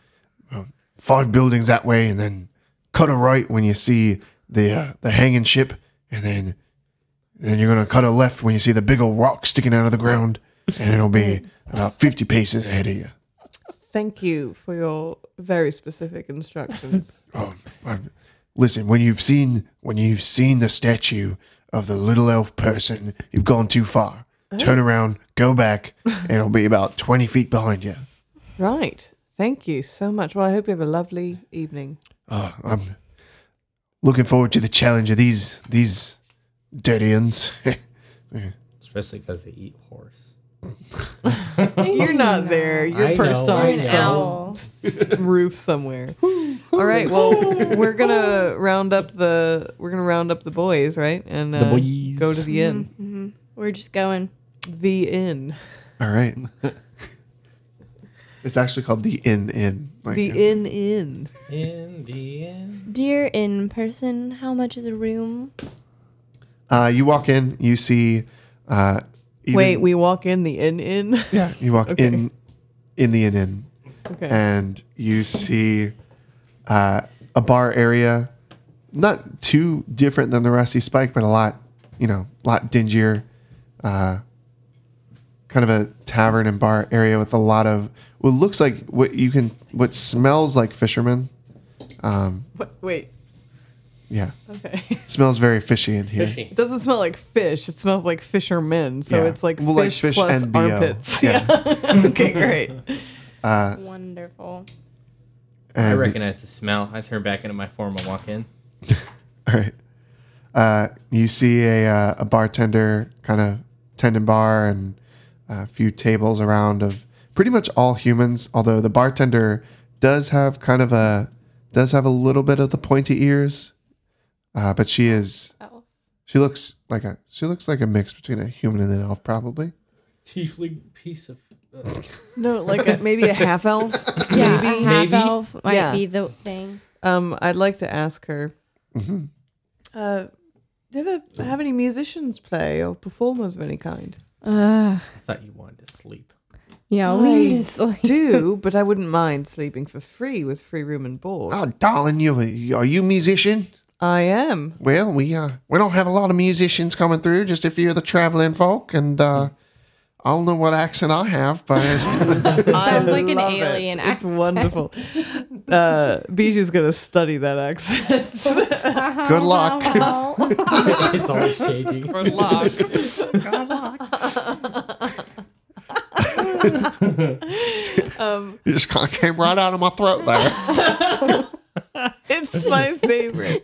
uh, five buildings that way and then cut a right when you see the uh, the hanging ship, and then then you're gonna cut a left when you see the big old rock sticking out of the ground, and
(laughs)
it'll be about fifty paces ahead of you.
Thank you for your very specific (laughs) instructions.
Oh, i listen. When you've seen when you've seen the statue of the little elf person, you've gone too far.
Uh-huh.
Turn around, go back, and it'll be about twenty feet behind you.
right. Thank you so much. Well, I hope you have a lovely evening.
Uh, I'm looking forward to the challenge of these these dirty ends.
Especially because they eat horse.
(laughs) You're not there. You're
I know,
perched
I
on
know.
some s- roof (laughs) somewhere. All right. (laughs) Well, we're gonna round up the we're gonna round up the boys, right? And uh,
boys.
go to the inn.
Mm-hmm. We're just going.
The inn.
(laughs) All right. It's actually called the Inn Inn. Like,
The inn. Inn.
In the end.
Dear in person, how much is a room?
Uh, you walk in, you see. Uh, even-
Wait, we walk in the inn. Inn. (laughs)
Yeah, you walk
Okay.
in, in the Inn Inn,
Okay.
and you see uh, a bar area, not too different than the Rusty Spike, but a lot, you know, a lot dingier. Uh, kind of a tavern and bar area with a lot of what looks like what you can, what smells like fishermen. Um,
Wait, Wait.
yeah,
Okay.
it smells very fishy in here.
Fishy.
It doesn't smell like fish. It smells like fishermen. So
Yeah.
it's like
Well, like
fish,
fish
plus
and BO.
armpits.
Yeah.
Yeah. (laughs) okay, great. Uh,
Wonderful.
I
And-
recognize the smell. I turn back into my form and walk in.
All right. Uh, you see a, uh, a bartender kind of tending bar and a few tables around of pretty much all humans. Although the bartender does have kind of a does have a little bit of the pointy ears, uh, but she is
Oh.
she looks like a she looks like a mix between a human and an elf probably.
Tiefling piece of. uh,
No, like a, maybe a half elf.
(laughs) Yeah,
maybe.
a half
Maybe.
elf might
Yeah.
be the thing.
Um, I'd like to ask her.
Mhm.
Uh, do you ever have any musicians play or performers of any kind?
Ugh.
(laughs) I thought you wanted to sleep.
Yeah, we need
I
to sleep. (laughs)
Do, but I wouldn't mind sleeping for free with free room and board.
Oh, darling, you are you a musician?
I
(laughs)
am.
Well, we uh, we don't have a lot of musicians coming through, just a few of the traveling folk, and uh, I don't know what accent I have, but it's,
Sounds
like an alien
It's
accent.
wonderful. Uh, Biju's gonna study that accent.
good
(laughs)
luck.
it's always changing.
(laughs) Um,
It just kind of came right out of my throat there.
it's my favorite.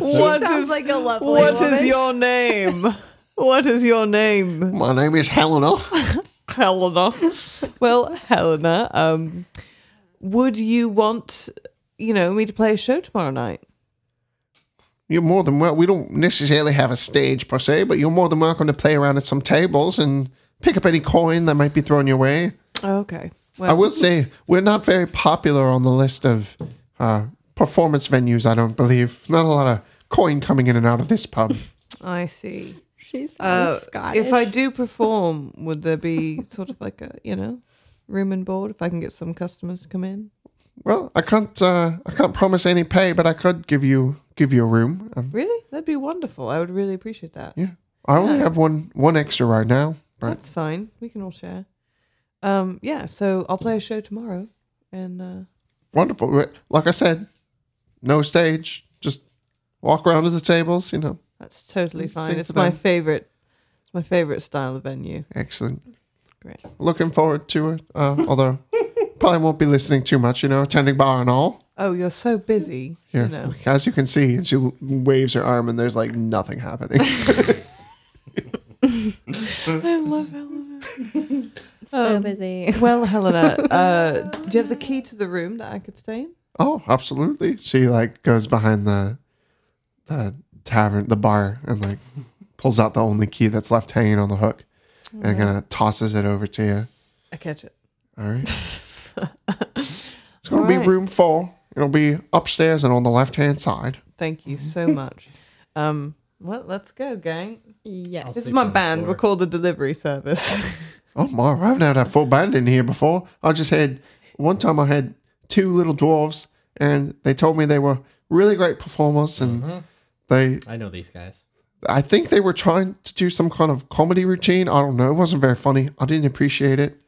What
Sounds
is-
like a lovely
What is
woman.
your name? What is your name,
my name is Helena.
Helena? Well, Helena, um, would you want, you know, me to play a show tomorrow night?
You're more than well. We don't necessarily have a stage per se, but you're more than welcome to play around at some tables and pick up any coin that might be thrown your way.
Okay. Well,
I will say we're not very popular on the list of uh, performance venues. I don't believe not a lot of coin coming in and out of this pub.
I see.
She's
Uh,
Scottish.
if I do perform, would there be sort of like a you know room and board if I can get some customers to come in?
Well, I can't. Uh, I can't promise any pay, but I could give you give you a room. Um,
Really, that'd be wonderful. I would really appreciate that.
yeah, I only have one one extra right now. But
That's fine. We can all share. Um, yeah. So I'll play a show tomorrow, and uh,
wonderful. Wh- Like I said, no stage. Just walk around to the tables. You know,
that's totally
Let's
fine.
sing
It's
for
my
them.
favorite. It's my favorite style of venue.
excellent.
Great.
Looking forward to it. Uh, although (laughs) probably won't be listening too much. You know, attending bar and all.
Oh, you're so busy. You
Yeah, (laughs)
know.
as you can see, and she l- waves her arm, and there's like nothing happening.
I love Helena.
so
um,
busy.
Well, Helena,
(laughs)
uh, do you have the key to the room that I could stay in?
oh, absolutely. She like goes behind the the tavern, the bar, and like pulls out the only key that's left hanging on the hook, and kind of tosses it over to you.
I catch it.
All right.
(laughs)
it's gonna be
Alright.
room four. It'll be upstairs and on the left hand side.
Thank you so
Mm-hmm.
much. Um, well, let's go, gang.
yes.
This is
sleep
my
on the
band.
floor.
We're called the Delivery Service.
(laughs) Oh my! I haven't had a full band in here before. I just had one time. I had two little dwarves, and they told me they were really great performers, and
Mm-hmm.
they.
I know these guys.
I think they were trying to do some kind of comedy routine. I don't know. It wasn't very funny. I didn't appreciate it.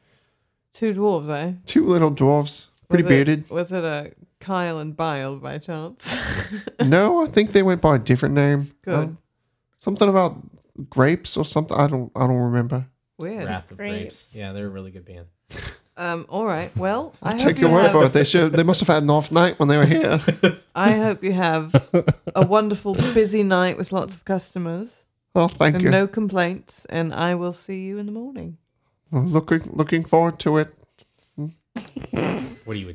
Two dwarves, eh?
Two little dwarves, pretty
Was it-
bearded.
Was it a Kyle and Bile by chance? (laughs)
no, I think they went by a different name.
Good.
Um, something about grapes or something. I don't. I don't remember.
Weird.
Wrath of Grapes.
Grapes.
Yeah, they're a really good band.
Um, all right.
(laughs)
Well, I hope
Take
you
your word
have-
for it. They should. They must have had an off night when they were here.
I hope you
(laughs)
have a wonderful, busy night with lots of customers
oh, thank
and
you.
no complaints. And I will see you in the morning.
Looking looking forward to it.
What are you, a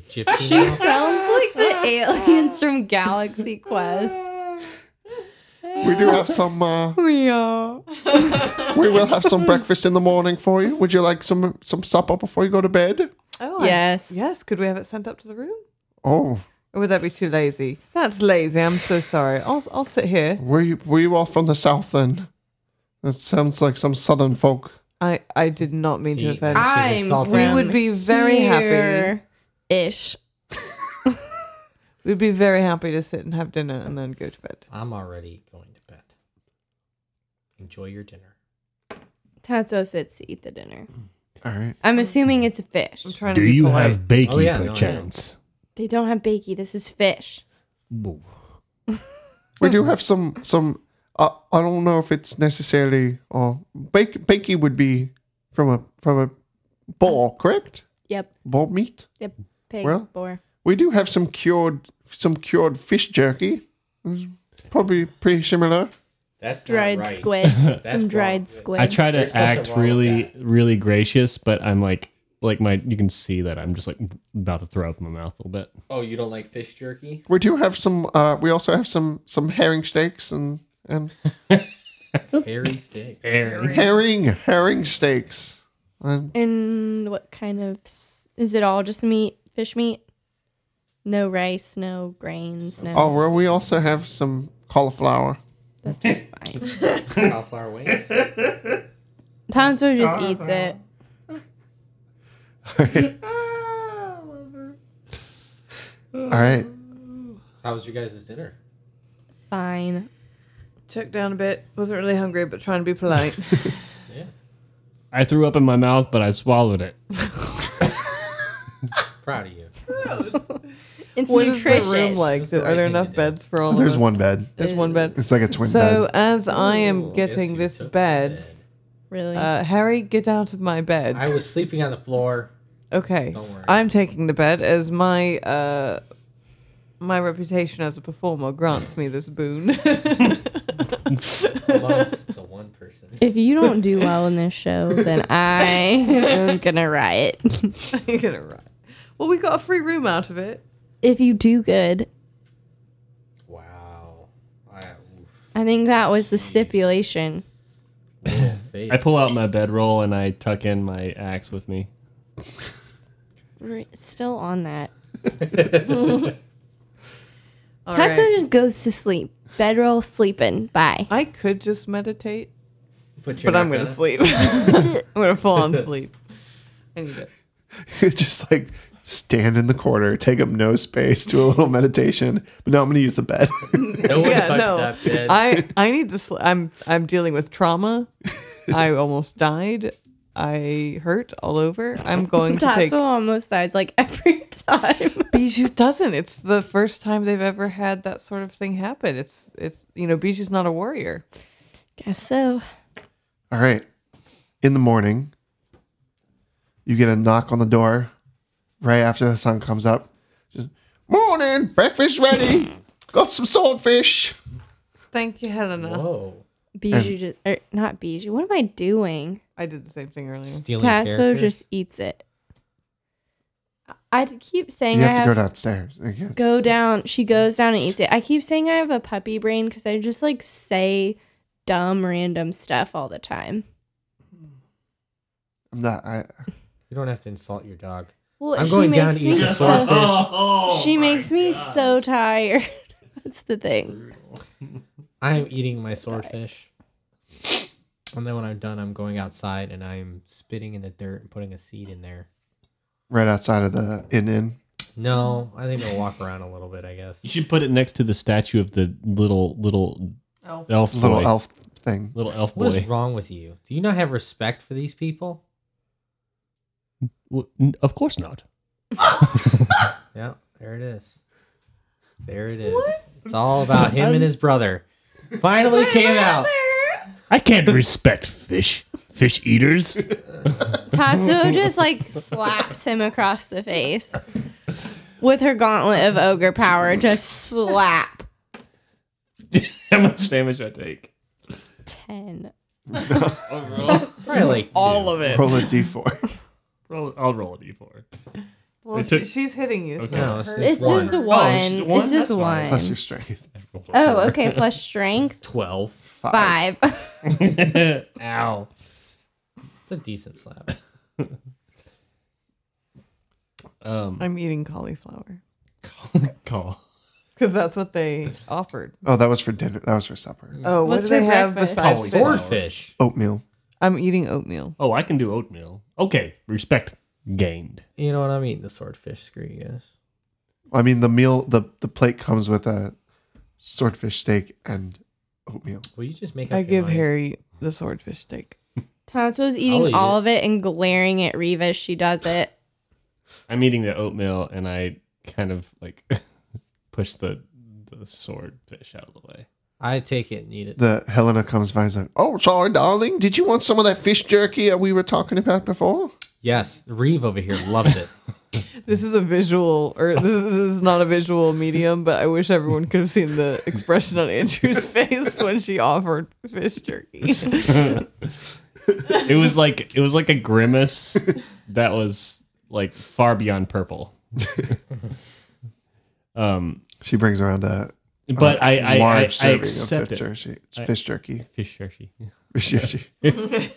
(laughs)
gypsy? now?
Sounds like the aliens from Galaxy Quest.
We do
(laughs)
have some. Uh, we are. we will have some breakfast in the morning for you. Would you like some some supper before you go to bed?
Oh, I-
Yes.
yes. Could we have it sent up to the room?
Oh,
Or would that be too lazy? That's lazy. I'm so sorry. I'll, I'll sit here.
were you were you all from the south then? That sounds like some southern folk.
I, I did not mean to
See,
offend.
I-
I'm
insulting.
we would be very happy.
Ish.
We'd be very happy to sit and have dinner and then go to bed.
I'm already going to bed. Enjoy your dinner.
Tatsuo sits to eat the dinner.
All right.
I'm assuming it's a fish.
I'm trying
Do
to be
you
polite.
have bakey
Oh, yeah, no, I know.
perchance?
They don't have bakey. This is fish.
Ooh.
We do have some some. Uh, I don't know if it's necessarily or bake bakey would be from a from a boar, correct?
Yep.
Boar meat.
Yep. Pig.
Well-
boar.
We do have some cured some cured fish jerky. Mm, Probably pretty similar.
That's
Dried squid.
That's
Some dried
wrong.
squid.
I try to
There's something
act
wrong with
really,
that.
really gracious, but I'm like, like my, you can see that I'm just like about to throw up in my mouth a little bit.
Oh, you don't like fish jerky?
We do have some. Uh, we also have some some herring steaks and and
Hairy sticks.
herring herring steaks. And
And what kind of s- is it all just meat? Fish meat? No rice, no grains, no.
oh, well, we also have some cauliflower.
That's fine.
Cauliflower wings.
Tatsuo just eats it.
All right.
How was your guys' dinner?
Fine.
Check down a bit. Wasn't really hungry, but trying to be polite.
I threw up in my mouth, but I swallowed it.
Proud of you.
It's
(laughs) what is the
nutritious.
room like?
That's the
Are
right
there
thing to
enough
do.
beds for all? of
(laughs) There's
us?
one bed.
There's one bed.
It's like a twin
So
bed.
as I am
Yes,
getting
you
this
took the
bed,
Really?
uh, Harry, get out of my bed.
I was sleeping on the floor.
okay,
Don't worry.
I'm taking the bed as my uh, my reputation as a performer grants me this boon. (laughs)
amongst the one person.
if you don't (laughs) do well in this show, then I am gonna riot.
You're gonna right. Well, we got a free room out of it.
if you do good,
Wow. I,
I think that was the stipulation.
I pull out my bedroll and I tuck in my axe with me.
We're still on (laughs) that.
All
Tatsu
right.
just goes to sleep. Bedroll sleeping. Bye.
I could just meditate,
But,
but I'm gonna sleep.
(laughs)
I'm gonna full on sleep. I need it.
(laughs) just like stand in the corner, take up no space, do a little meditation. But no, I'm gonna use the bed. (laughs)
No one
yeah,
touched
no.
that bed.
I I need to. Sl- I'm I'm dealing with
(laughs)
trauma. I almost died. I hurt all over. I'm going to
Tatsu
take.
almost dies like every (laughs) time.
Bijou doesn't. It's the first time they've ever had that sort of thing happen. It's it's you know Bijou's not a warrior.
Guess so.
All right. In the morning, you get a knock on the door right after the sun comes up. Just, morning, breakfast ready. Got some swordfish.
Thank you, Helena.
Whoa.
Um,
Bijou just, or not Bijou. What am I doing?
I did the same thing earlier.
Stealing
Tatsu
characters.
just eats it. I I keep saying
You
I
have to
have
go downstairs. You can't-
go down. She goes down and eats it. I keep saying I have a puppy brain because I just like say dumb random stuff all the time.
I'm not. I,
You don't have to insult your dog.
Well,
I'm
she
going down
makes
to eat
me
the
so
swordfish.
Oh.
Oh
(laughs) she makes me so tired. (laughs) That's the thing.
I am eating my swordfish. And then when I'm done, I'm going outside and I'm spitting in the dirt and putting a seed in there.
right outside of the inn inn.
No, I think I'll walk around a little bit, I guess.
You should put it next to the statue of the little little
Elf.
elf
Little
boy.
elf thing.
little elf
What
boy.
is wrong with you? Do you not have respect for these people?
W- n- Of course not.
Yeah, there it is. There it is. It's all about him and his brother. Finally came out.
I can't respect fish fish eaters.
(laughs)
Tatsu just like slaps him across the face with her gauntlet of ogre power. Just slap
(laughs) How much damage I take?
ten.
Probably like
All of it.
Roll a d4.
Roll, I'll roll a d4.
Well,
It took-
she, she's hitting you.
Okay.
So
No,
it
it's
hurts.
just
It's
one.
just
Oh,
one.
it's just one?
It's
That's
just
fine.
one.
Plus your strength.
Oh, okay. Plus strength
(laughs) 12.
five. (laughs)
Uh, (laughs)
Ow. It's a decent slap.
um,
I'm eating cauliflower
call.
because that's what they offered.
Oh, that was for dinner. That was for supper.
Oh, what
What's
do they
for
have
breakfast?
besides fish?
Swordfish.
Oatmeal.
I'm eating oatmeal.
Oh, I can do oatmeal. Okay, respect gained.
You know what? I'm eating the swordfish. Screw you guys.
I mean, the meal, the, the plate comes with a swordfish steak and oatmeal.
Will you just make up
I
your
give
mind?
Harry the swordfish steak.
Tatsu's
I'll
eating
eat
all
it.
of it and glaring at Reva. as She does it.
I'm eating the oatmeal and I kind of like (laughs) push the the swordfish out of the way.
I take it and eat it.
the Helena comes by and says, "Oh, sorry, darling. Did you want some of that fish jerky that we were talking about before?"
Yes, Reeve over here loves it.
This is a visual, or this is, this is not a visual medium, but I wish everyone could have seen the expression on Andrew's (laughs) face when she offered fish jerky.
It was like it was like a grimace that was like far beyond purple. (laughs) um,
She brings around a
but I I, I,
large
I
serving of
accept
fish
it.
jerky.
(laughs)
Fish jerky.
Fish jerky.
(laughs)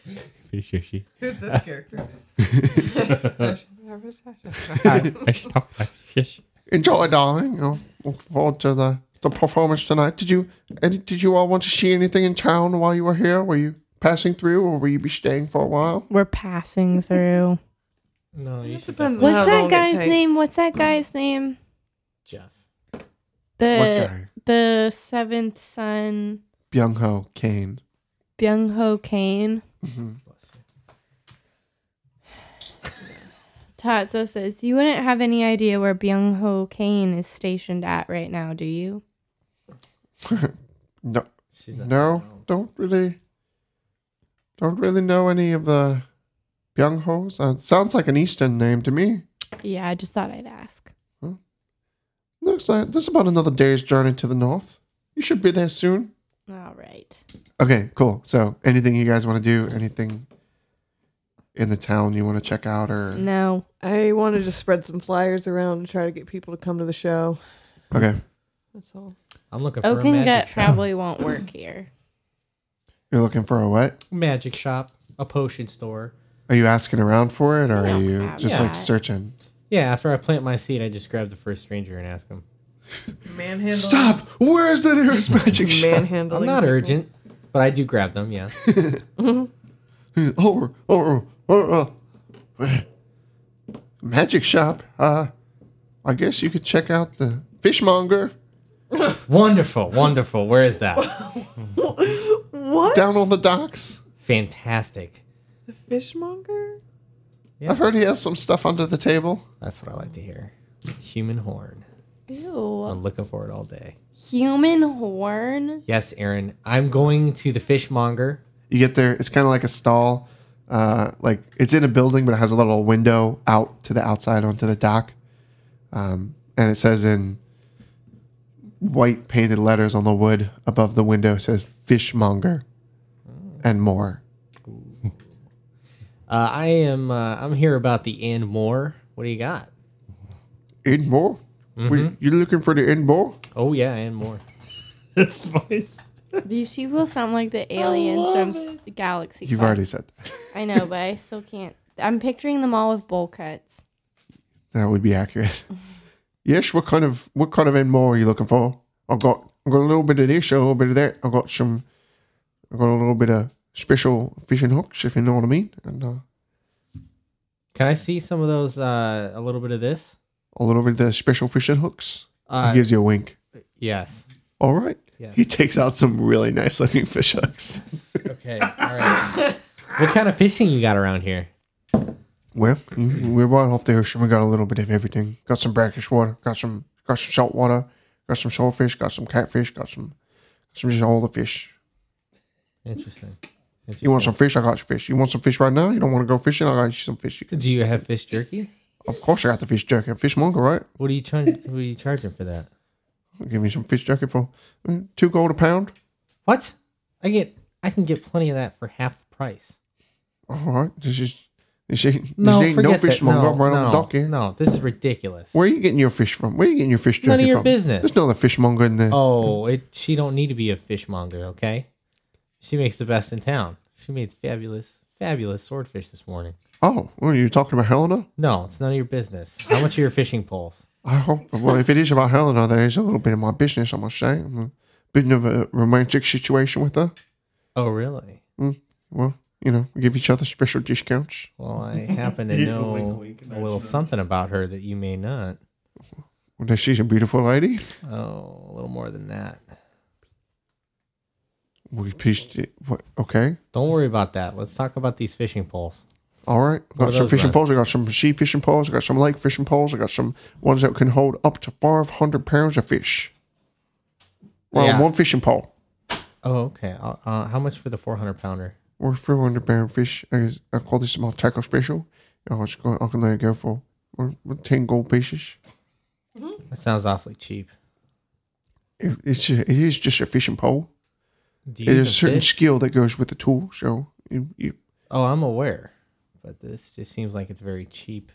Fish
Fish jerky.
jerky.
Who's this
(laughs)
character?
I should talk about fish.
Enjoy, darling. You know, look forward to the, the performance tonight. Did you and did you all want to see anything in town while you were here? Were you passing through, or will you be staying for a while?
We're (laughs) passing through.
No, you should
depends on
depends
What's
how
that
long it
guy's
takes.
name? What's that guy's name?
Jeff.
what
The
guy?
the seventh son,
Byung Ho Kane.
Byung Ho Kane.
Mm-hmm.
(sighs)
Bless you.
Tatsu says, You wouldn't have any idea where Byung Ho Kane is stationed at right now, do you?
No,
She's not
no,
down.
don't really, don't really know any of the Byung Ho's. That sounds like an Eastern name to me.
Yeah, I just thought I'd ask.
Looks like there's about another day's journey to the north. You should be there soon.
All right.
Okay, cool. So, anything you guys want to do? Anything in the town you want to check out? Or
No.
I want to just spread some flyers around and try to get people to come to the show.
okay,
That's all.
I'm looking for a
Oaken gut
magic shop.
(coughs)
probably won't work here.
You're looking for a what?
magic shop, a potion store.
Are you asking around for it, or are
We don't
you
have
just
that.
like searching?
Yeah, after I plant my seed, I just grab the first stranger and ask him.
Manhandling.
Stop! Where's the nearest magic shop?
Manhandling.
I'm not
people.
urgent, but I do grab them. Yeah. (laughs)
Oh, oh, oh, oh. Magic shop. Uh, I guess you could check out the fishmonger
wonderful, wonderful. Where is that?
What?
down on the docks.
Fantastic.
The
(laughs)
fishmonger?
Yeah.
I've heard he has some stuff under the table.
That's what I like to hear. Human horn.
Ew.
I'm looking for it all day.
Human horn?
Yes, Aaron. I'm going to the fishmonger.
You get there, it's kind of like a stall. Uh, like it's in a building, but it has a little window out to the outside onto the dock. Um, and it says in white painted letters on the wood above the window it says fishmonger and more.
Uh, I am. Uh, I'm here about the and more. What do you got?
In more? You're looking for the in more?
Oh yeah, and more.
This voice.
These people sound like the aliens from s Galaxy
You've
Quest.
already said that.
I know, but I still can't. I'm picturing them all with bowl cuts.
That would be accurate. yes, what kind of what kind of in more are you looking for? I've got I've got a little bit of this, a little bit of that. I've got some I've got a little bit of special fishing hooks, if you know what I mean. And uh,
Can I see some of those? Uh, a little bit of this.
a little bit of the special fishing hooks.
Uh,
he gives you a wink.
Yes.
All right.
Yes.
He takes out some really nice looking fish hooks.
Okay. All right. what kind of fishing you got around here?
Well, mm, we're right off the ocean. We got a little bit of everything. Got some brackish water. Got some got some salt water. Got some shellfish. Got some catfish. Got some some just all the fish.
Interesting. Interesting.
You want some fish? I got you fish. You want some fish right now? You don't want to go fishing? I got you some fish. You can.
Do you have fish jerky?
Of course, I got the fish jerky. Fishmonger, right?
What are you charging? what are you charging for that?
Give me some fish jerky for mm, two gold a pound.
What? I get. I can get plenty of that for half the price.
All right. This is this ain't,
No,
this ain't no
forget that.
fishmonger
No,
right on the
no,
dock here.
No, this is ridiculous.
Where are you getting your fish from? Where are you getting your fish jerky
None of your
from?
business.
There's no other fishmonger in there.
Oh, it, she don't need to be a fishmonger, okay? She makes the best in town. She made fabulous, fabulous swordfish this morning.
Oh, well, you're talking about Helena?
No, it's none of your business. How much are your fishing poles?
I hope. Well, if it is about Helena, there is a little bit of my business, I must say. I'm a bit of a romantic situation with her.
Oh, really?
Well, you know, we give each other special discounts.
Well, (laughs) I happen to
Yeah,
know
wink, wink,
a little
that's nice.
something about her that you may not.
Well, she's a beautiful lady.
Oh, a little more than that.
We pieced it. What? Okay.
Don't worry about that. Let's talk about these fishing poles.
All right.
What are
Got some
those,
fishing
Brad?
poles. I got some sea fishing poles. I got some lake fishing poles. I got some ones that can hold up to 500 pounds of fish. Well,
Yeah.
one fishing pole.
Oh, okay. Uh, uh, how much for the 400 pounder?
Or 400 pound fish. I, guess I call this my tackle special. I, was going, I can let it go for uh, 10 gold pieces.
That sounds awfully cheap.
It, it's a, it is just a fishing pole.
Do you
It
even
is a certain
fish?
skill that goes with the tool. So you, you,
Oh, I'm aware, but this just seems like it's very cheap.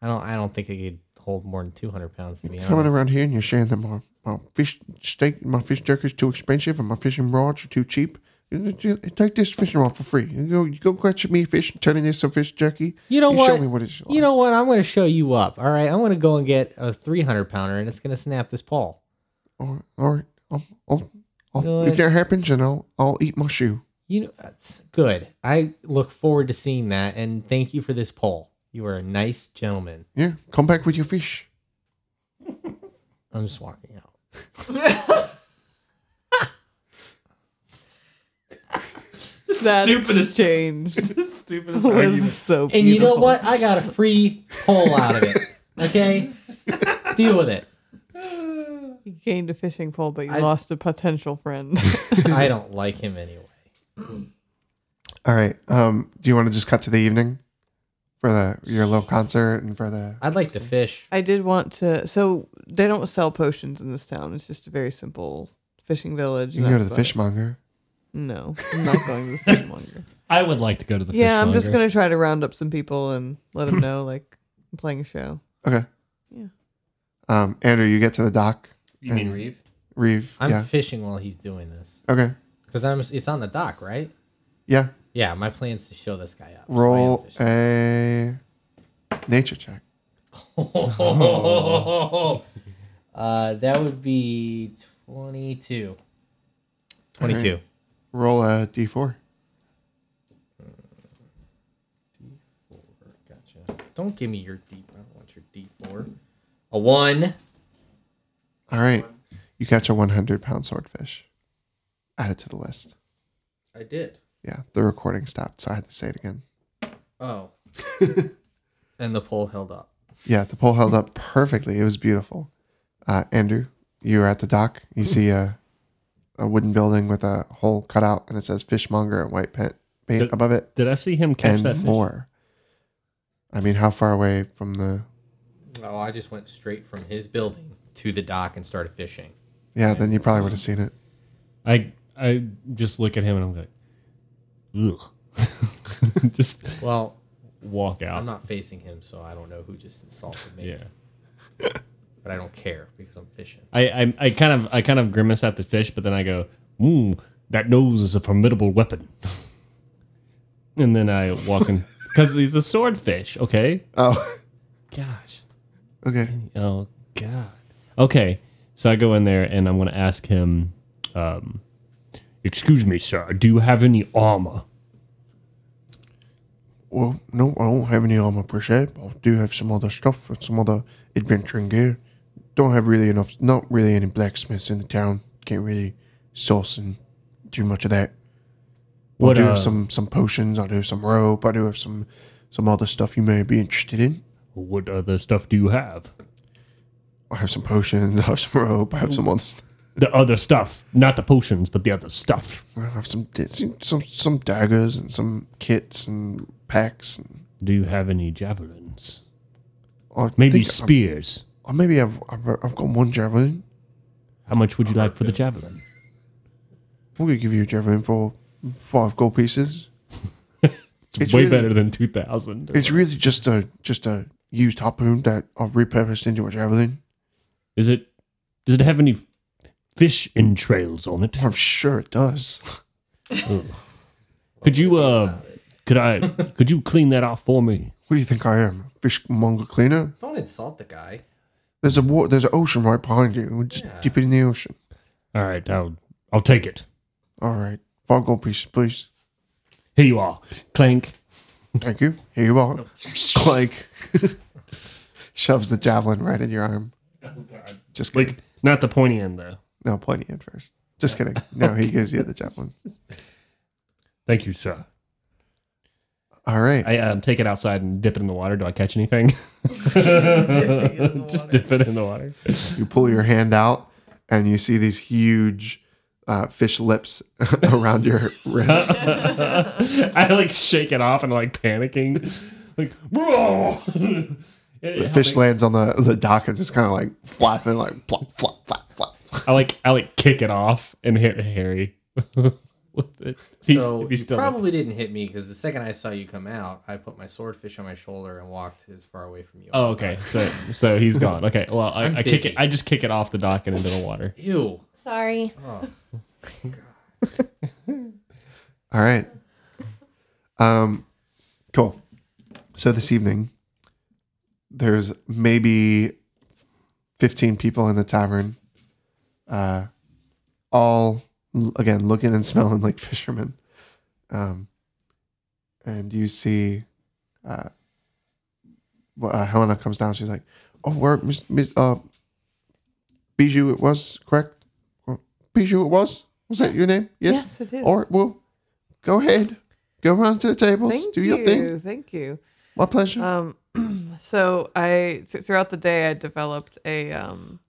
I don't. I don't think it could hold more than 200 pounds. To be honest,
coming around here and you're saying that my, my fish steak, my fish jerky is too expensive and my fishing rods are too cheap. You- you- you Take this fishing rod for free. You go, you go catch me a fish and turn it into some fish jerky.
You know what?
Show me what it's like.
You know what? I'm going to show you up. All right, I'm going to go and get a 300 pounder, and it's going to snap this pole.
all right, all right. I'll, I'll, I'll,
know
if
what?
that happens, and I'll, I'll eat my shoe.
You know, that's good. I look forward to seeing that, and thank you for this pole. You are a nice gentleman.
Yeah, come back with your fish.
I'm just walking out.
That
Stupidest-
exchange
This stupidest
was so beautiful.
And you know what? I got a free pole out of it.
(laughs)
Okay, deal with it.
You gained a fishing pole, but you
I-
lost a potential
(laughs)
friend.
I don't like him anyway.
All right. Um, do you want to just cut to the evening for the your little concert and for the?
I'd like to fish.
I did want to. So they don't sell potions in this town. It's just a very simple fishing village.
You
and
can go
that's
to the
about it.
fishmonger.
No, I'm not going to the fishmonger.
I would like to go to the
yeah, I'm just
fishmonger.
gonna try to round up some people and let them know like I'm playing a show.
Okay.
Yeah.
Um, Andrew, you get to the dock.
You mean Reeve?
Reeve.
I'm
yeah.
fishing while he's doing this
Okay.
because I'm. It's on the dock, right?
Yeah.
Yeah, my plan's to show this guy up. so I am
Roll
fishing.
a nature check.
(laughs) Uh, that would be twenty-two. Twenty-two.
Roll a d4.
Gotcha. Don't give me your D. I don't want your D four. A one.
All right. You catch a 100 pound swordfish. Add it to the list.
I did.
Yeah. The recording stopped, so I had to say it again.
Oh. (laughs) and the pole held up.
Yeah. The pole held up perfectly. It was beautiful. Uh, Andrew, you were at the dock. You see a, a wooden building with a hole cut out, and it says fishmonger and white paint, paint
Did-
above it.
Did I see him catch
and
that fish?
more. I mean, how far away from the?
Oh, I just went straight from his building to the dock and started fishing.
Yeah, then you probably would have seen it.
I I just look at him and I'm like, ugh. (laughs) just
Well,
walk out.
I'm not facing him, so I don't know who just insulted me.
Oh. yeah.
(laughs) But I don't care because I'm fishing.
I, I I kind of I kind of grimace at the fish, but then I go, mm, that nose is a formidable weapon. (laughs) and then I walk in (laughs) because he's a swordfish. Okay.
Oh, (laughs)
Gosh.
okay.
Oh God. Okay. So I go in there and I'm gonna ask him, um, excuse me, sir, do you have any armor?
Well, no, I don't have any armor per se. but I do have some other stuff, and some other adventuring gear. Don't have really enough. Not really any blacksmiths in the town. Can't really source and do much of that. I
What,
do
uh,
have some some potions. I do have some rope. I do have some some other stuff you may be interested in.
What other stuff do you have?
I have some potions. (laughs) I have some rope. I have some other stuff.
The other stuff, not the potions, but the other stuff.
I have some di- some some- some daggers and some kits and packs and
Do you have any javelins?
I
Maybe
think I-
spears.
I, maybe I've, I've I've got one javelin.
How much would you like for the javelin?
We could give you a javelin for five gold pieces.
It's,
It's
way
really-
better than two thousand.
It's really just a just a used harpoon that I've repurposed into a javelin.
Is it? Does it have any fish entrails on it?
I'm sure it does.
Could you uh? Could I? could you clean that off for me?
What do you think I am, fishmonger cleaner?
Don't insult the guy.
There's a wa- there's an ocean right behind you. We Just dip it in the ocean.
All right, I'll I'll take it.
All right, five gold pieces, please.
Here you are. Clank.
Thank you. Here you are. Clank. (laughs) Shoves the javelin right in your arm. Just kidding.
Like not the pointy end though.
No, pointy end first. Just kidding. No, he gives you the javelin.
Thank you, sir.
All right.
I um, take it outside and dip it in the water. Do I catch
(laughs)
anything? Just dip it in the water. (laughs)
You pull your hand out and you see these huge uh, fish lips (laughs) around your wrist.
I like shake it off and like panicking. Like, (laughs) whoa!
The fish lands on the, the dock and just kind of like flapping, like flop, flop, flop, flop.
I like I like kick it off and hit Harry (laughs) with it. He's,
so
if he's
you
still
probably didn't hit me because the second I saw you come out, I put my swordfish on my shoulder and walked as far away from you.
Oh, okay. So so he's gone. Okay. Well, I,
I'm
I kick
busy.
it. I just kick it off the dock and into the water.
Ew. Oh,
Sorry.
All right. Um, cool. So this evening, there's maybe 15 people in the tavern, uh, all l- again looking and (laughs) smelling like fishermen. Um, and you see, uh, wh- uh, Helena comes down. She's like, "Oh, where Miss, Miss uh, Bijou? It was correct. Uh, Bijou, it was. Was that your name?
Yes, it is.
All right, well, go ahead. Go around to the tables.
Thank
do
you.
your thing.
Thank you.
My pleasure.
Um, (clears throat) so I th- throughout the day I developed a um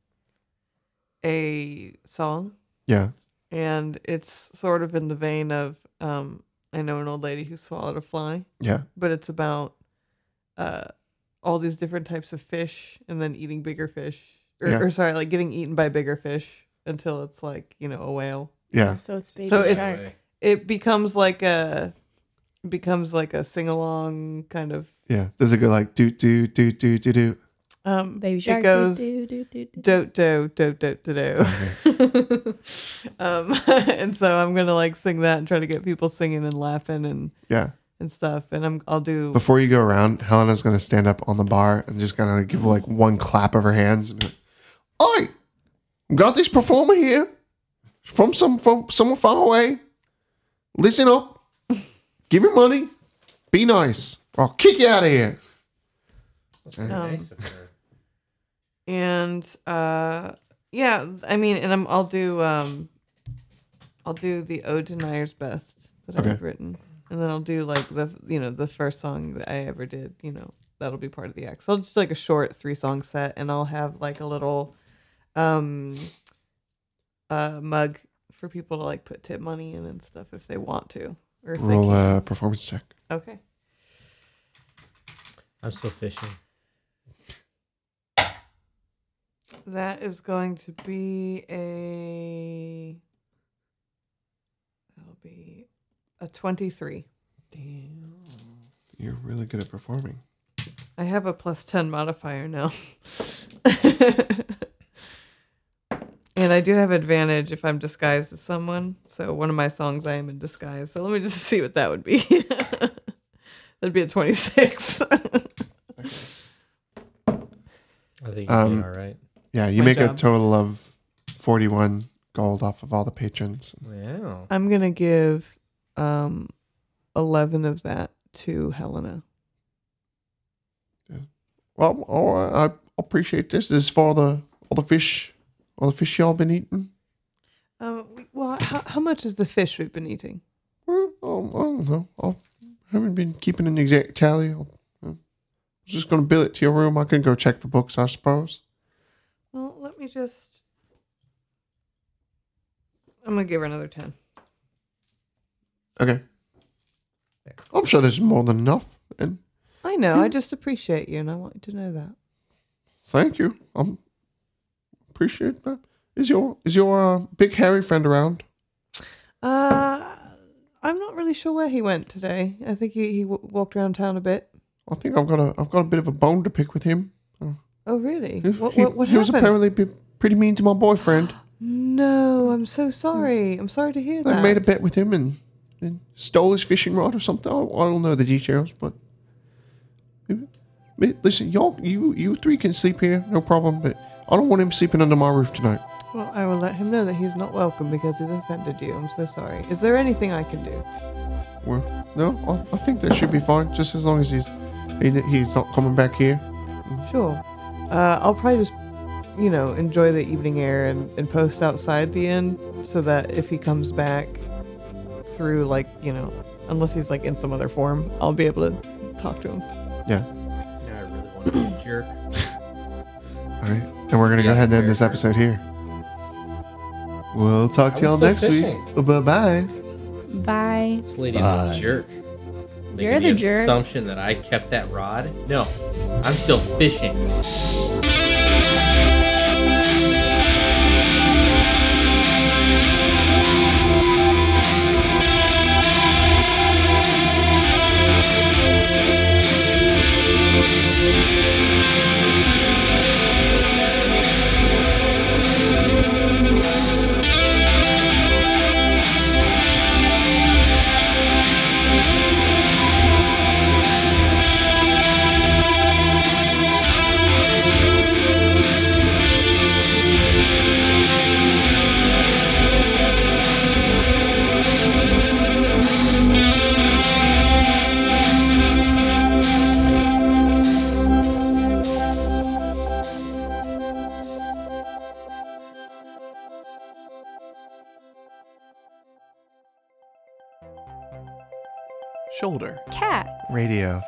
a song,
yeah.
and it's sort of in the vein of um I know an old lady who swallowed a fly,
Yeah.
but it's about uh all these different types of fish and then eating bigger fish, or,
Yeah.
or sorry, like getting eaten by bigger fish until it's like you know a whale.
Yeah.
So it's baby
So it's-
shark.
Anyway,
It becomes like a becomes like a sing along kind of
Yeah. Does it go like do do do do do do?
Um,
Baby shark.
It goes
Do, do, do, do, do.
do do do do do
(laughs)
do. um, (laughs) and so I'm gonna like sing that and try to get people singing and laughing and
Yeah.
and stuff. And I'm I'll do
Before you go around, Helena's gonna stand up on the bar and just gonna give like one clap of her hands. And be like, Oi, got this performer here from some from somewhere far away. Listen up, give her money, be nice, or I'll kick you out of here.
That's very
Um,
nice of her.
and uh, yeah. I mean, and I'm I'll do um, I'll do the Ode to Nyer's Best that
Okay.
I've written, and then I'll do like the you know the first song that I ever did. You know that'll be part of the act. So I'll just like a short three song set, and I'll have like a little um uh mug for people to like put tip money in and stuff if they want to or if
Roll
they can.
a performance check.
okay
I'm still fishing.
that is going to be a that'll be a 23
You're really good at performing.
i have a plus 10 modifier now (laughs) and i do have advantage if i'm disguised as someone so one of my songs i am in disguise so let me just (laughs) see what that would be that'd be a 26
I think you
Um,
did all right.
Yeah,
It's
you
my
make
job.
a total of forty-one gold off of all the patrons.
Wow.
I'm gonna give um eleven of that to Helena.
Well, oh, I I appreciate this. This is for the all the fish, all the fish y'all been eating.
Um, we- well, how, how much is the fish we've been eating?
Well, um, I don't know. I'll, I haven't been keeping an exact tally. I'll, I was just going to bill it to your room. I can go check the books, I suppose.
Well, let me just. I'm gonna give her another ten.
Okay. I'm sure there's more than enough. And
I know. (laughs) I just appreciate you, and I want you to know that.
thank you. I'm appreciate that. Is your is your uh, big hairy friend around?
Uh, I'm not really sure where he went today. I think he he w- walked around town a bit.
I think I've got a I've got a bit of a bone to pick with him.
Oh, really?
He,
What
he-
what, what
he was
happened?
apparently be- pretty mean to my boyfriend.
no, I'm so sorry. I'm sorry to hear
They
that.
made a bet with him and, and stole his fishing rod or something. I, I don't know the details, but But listen, y'all, you you three can sleep here, no problem. But I don't want him sleeping under my roof tonight.
Well, I will let him know that he's not welcome because he's offended you. I'm so sorry. Is there anything I can do?
Well, no, I, I think that should be fine, just as long as he's he, he's not coming back here.
Sure. Uh, I'll probably just, you know, enjoy the evening air and, and post outside the inn so that if he comes back through, like, you know, unless he's like in some other form, I'll be able to talk to him.
Now I really want to be a jerk.
All right, and we're gonna go
Yeah,
ahead and end
fair,
this
fair.
episode here. We'll talk to
I
y'all
was so
next
fishing.
week. Bye bye.
Bye.
This lady's
Bye.
a jerk.
You're
Making
the
the
jerk.
Assumption that I kept that rod. No, I'm still fishing.
Shoulder.
Cats.
Radio.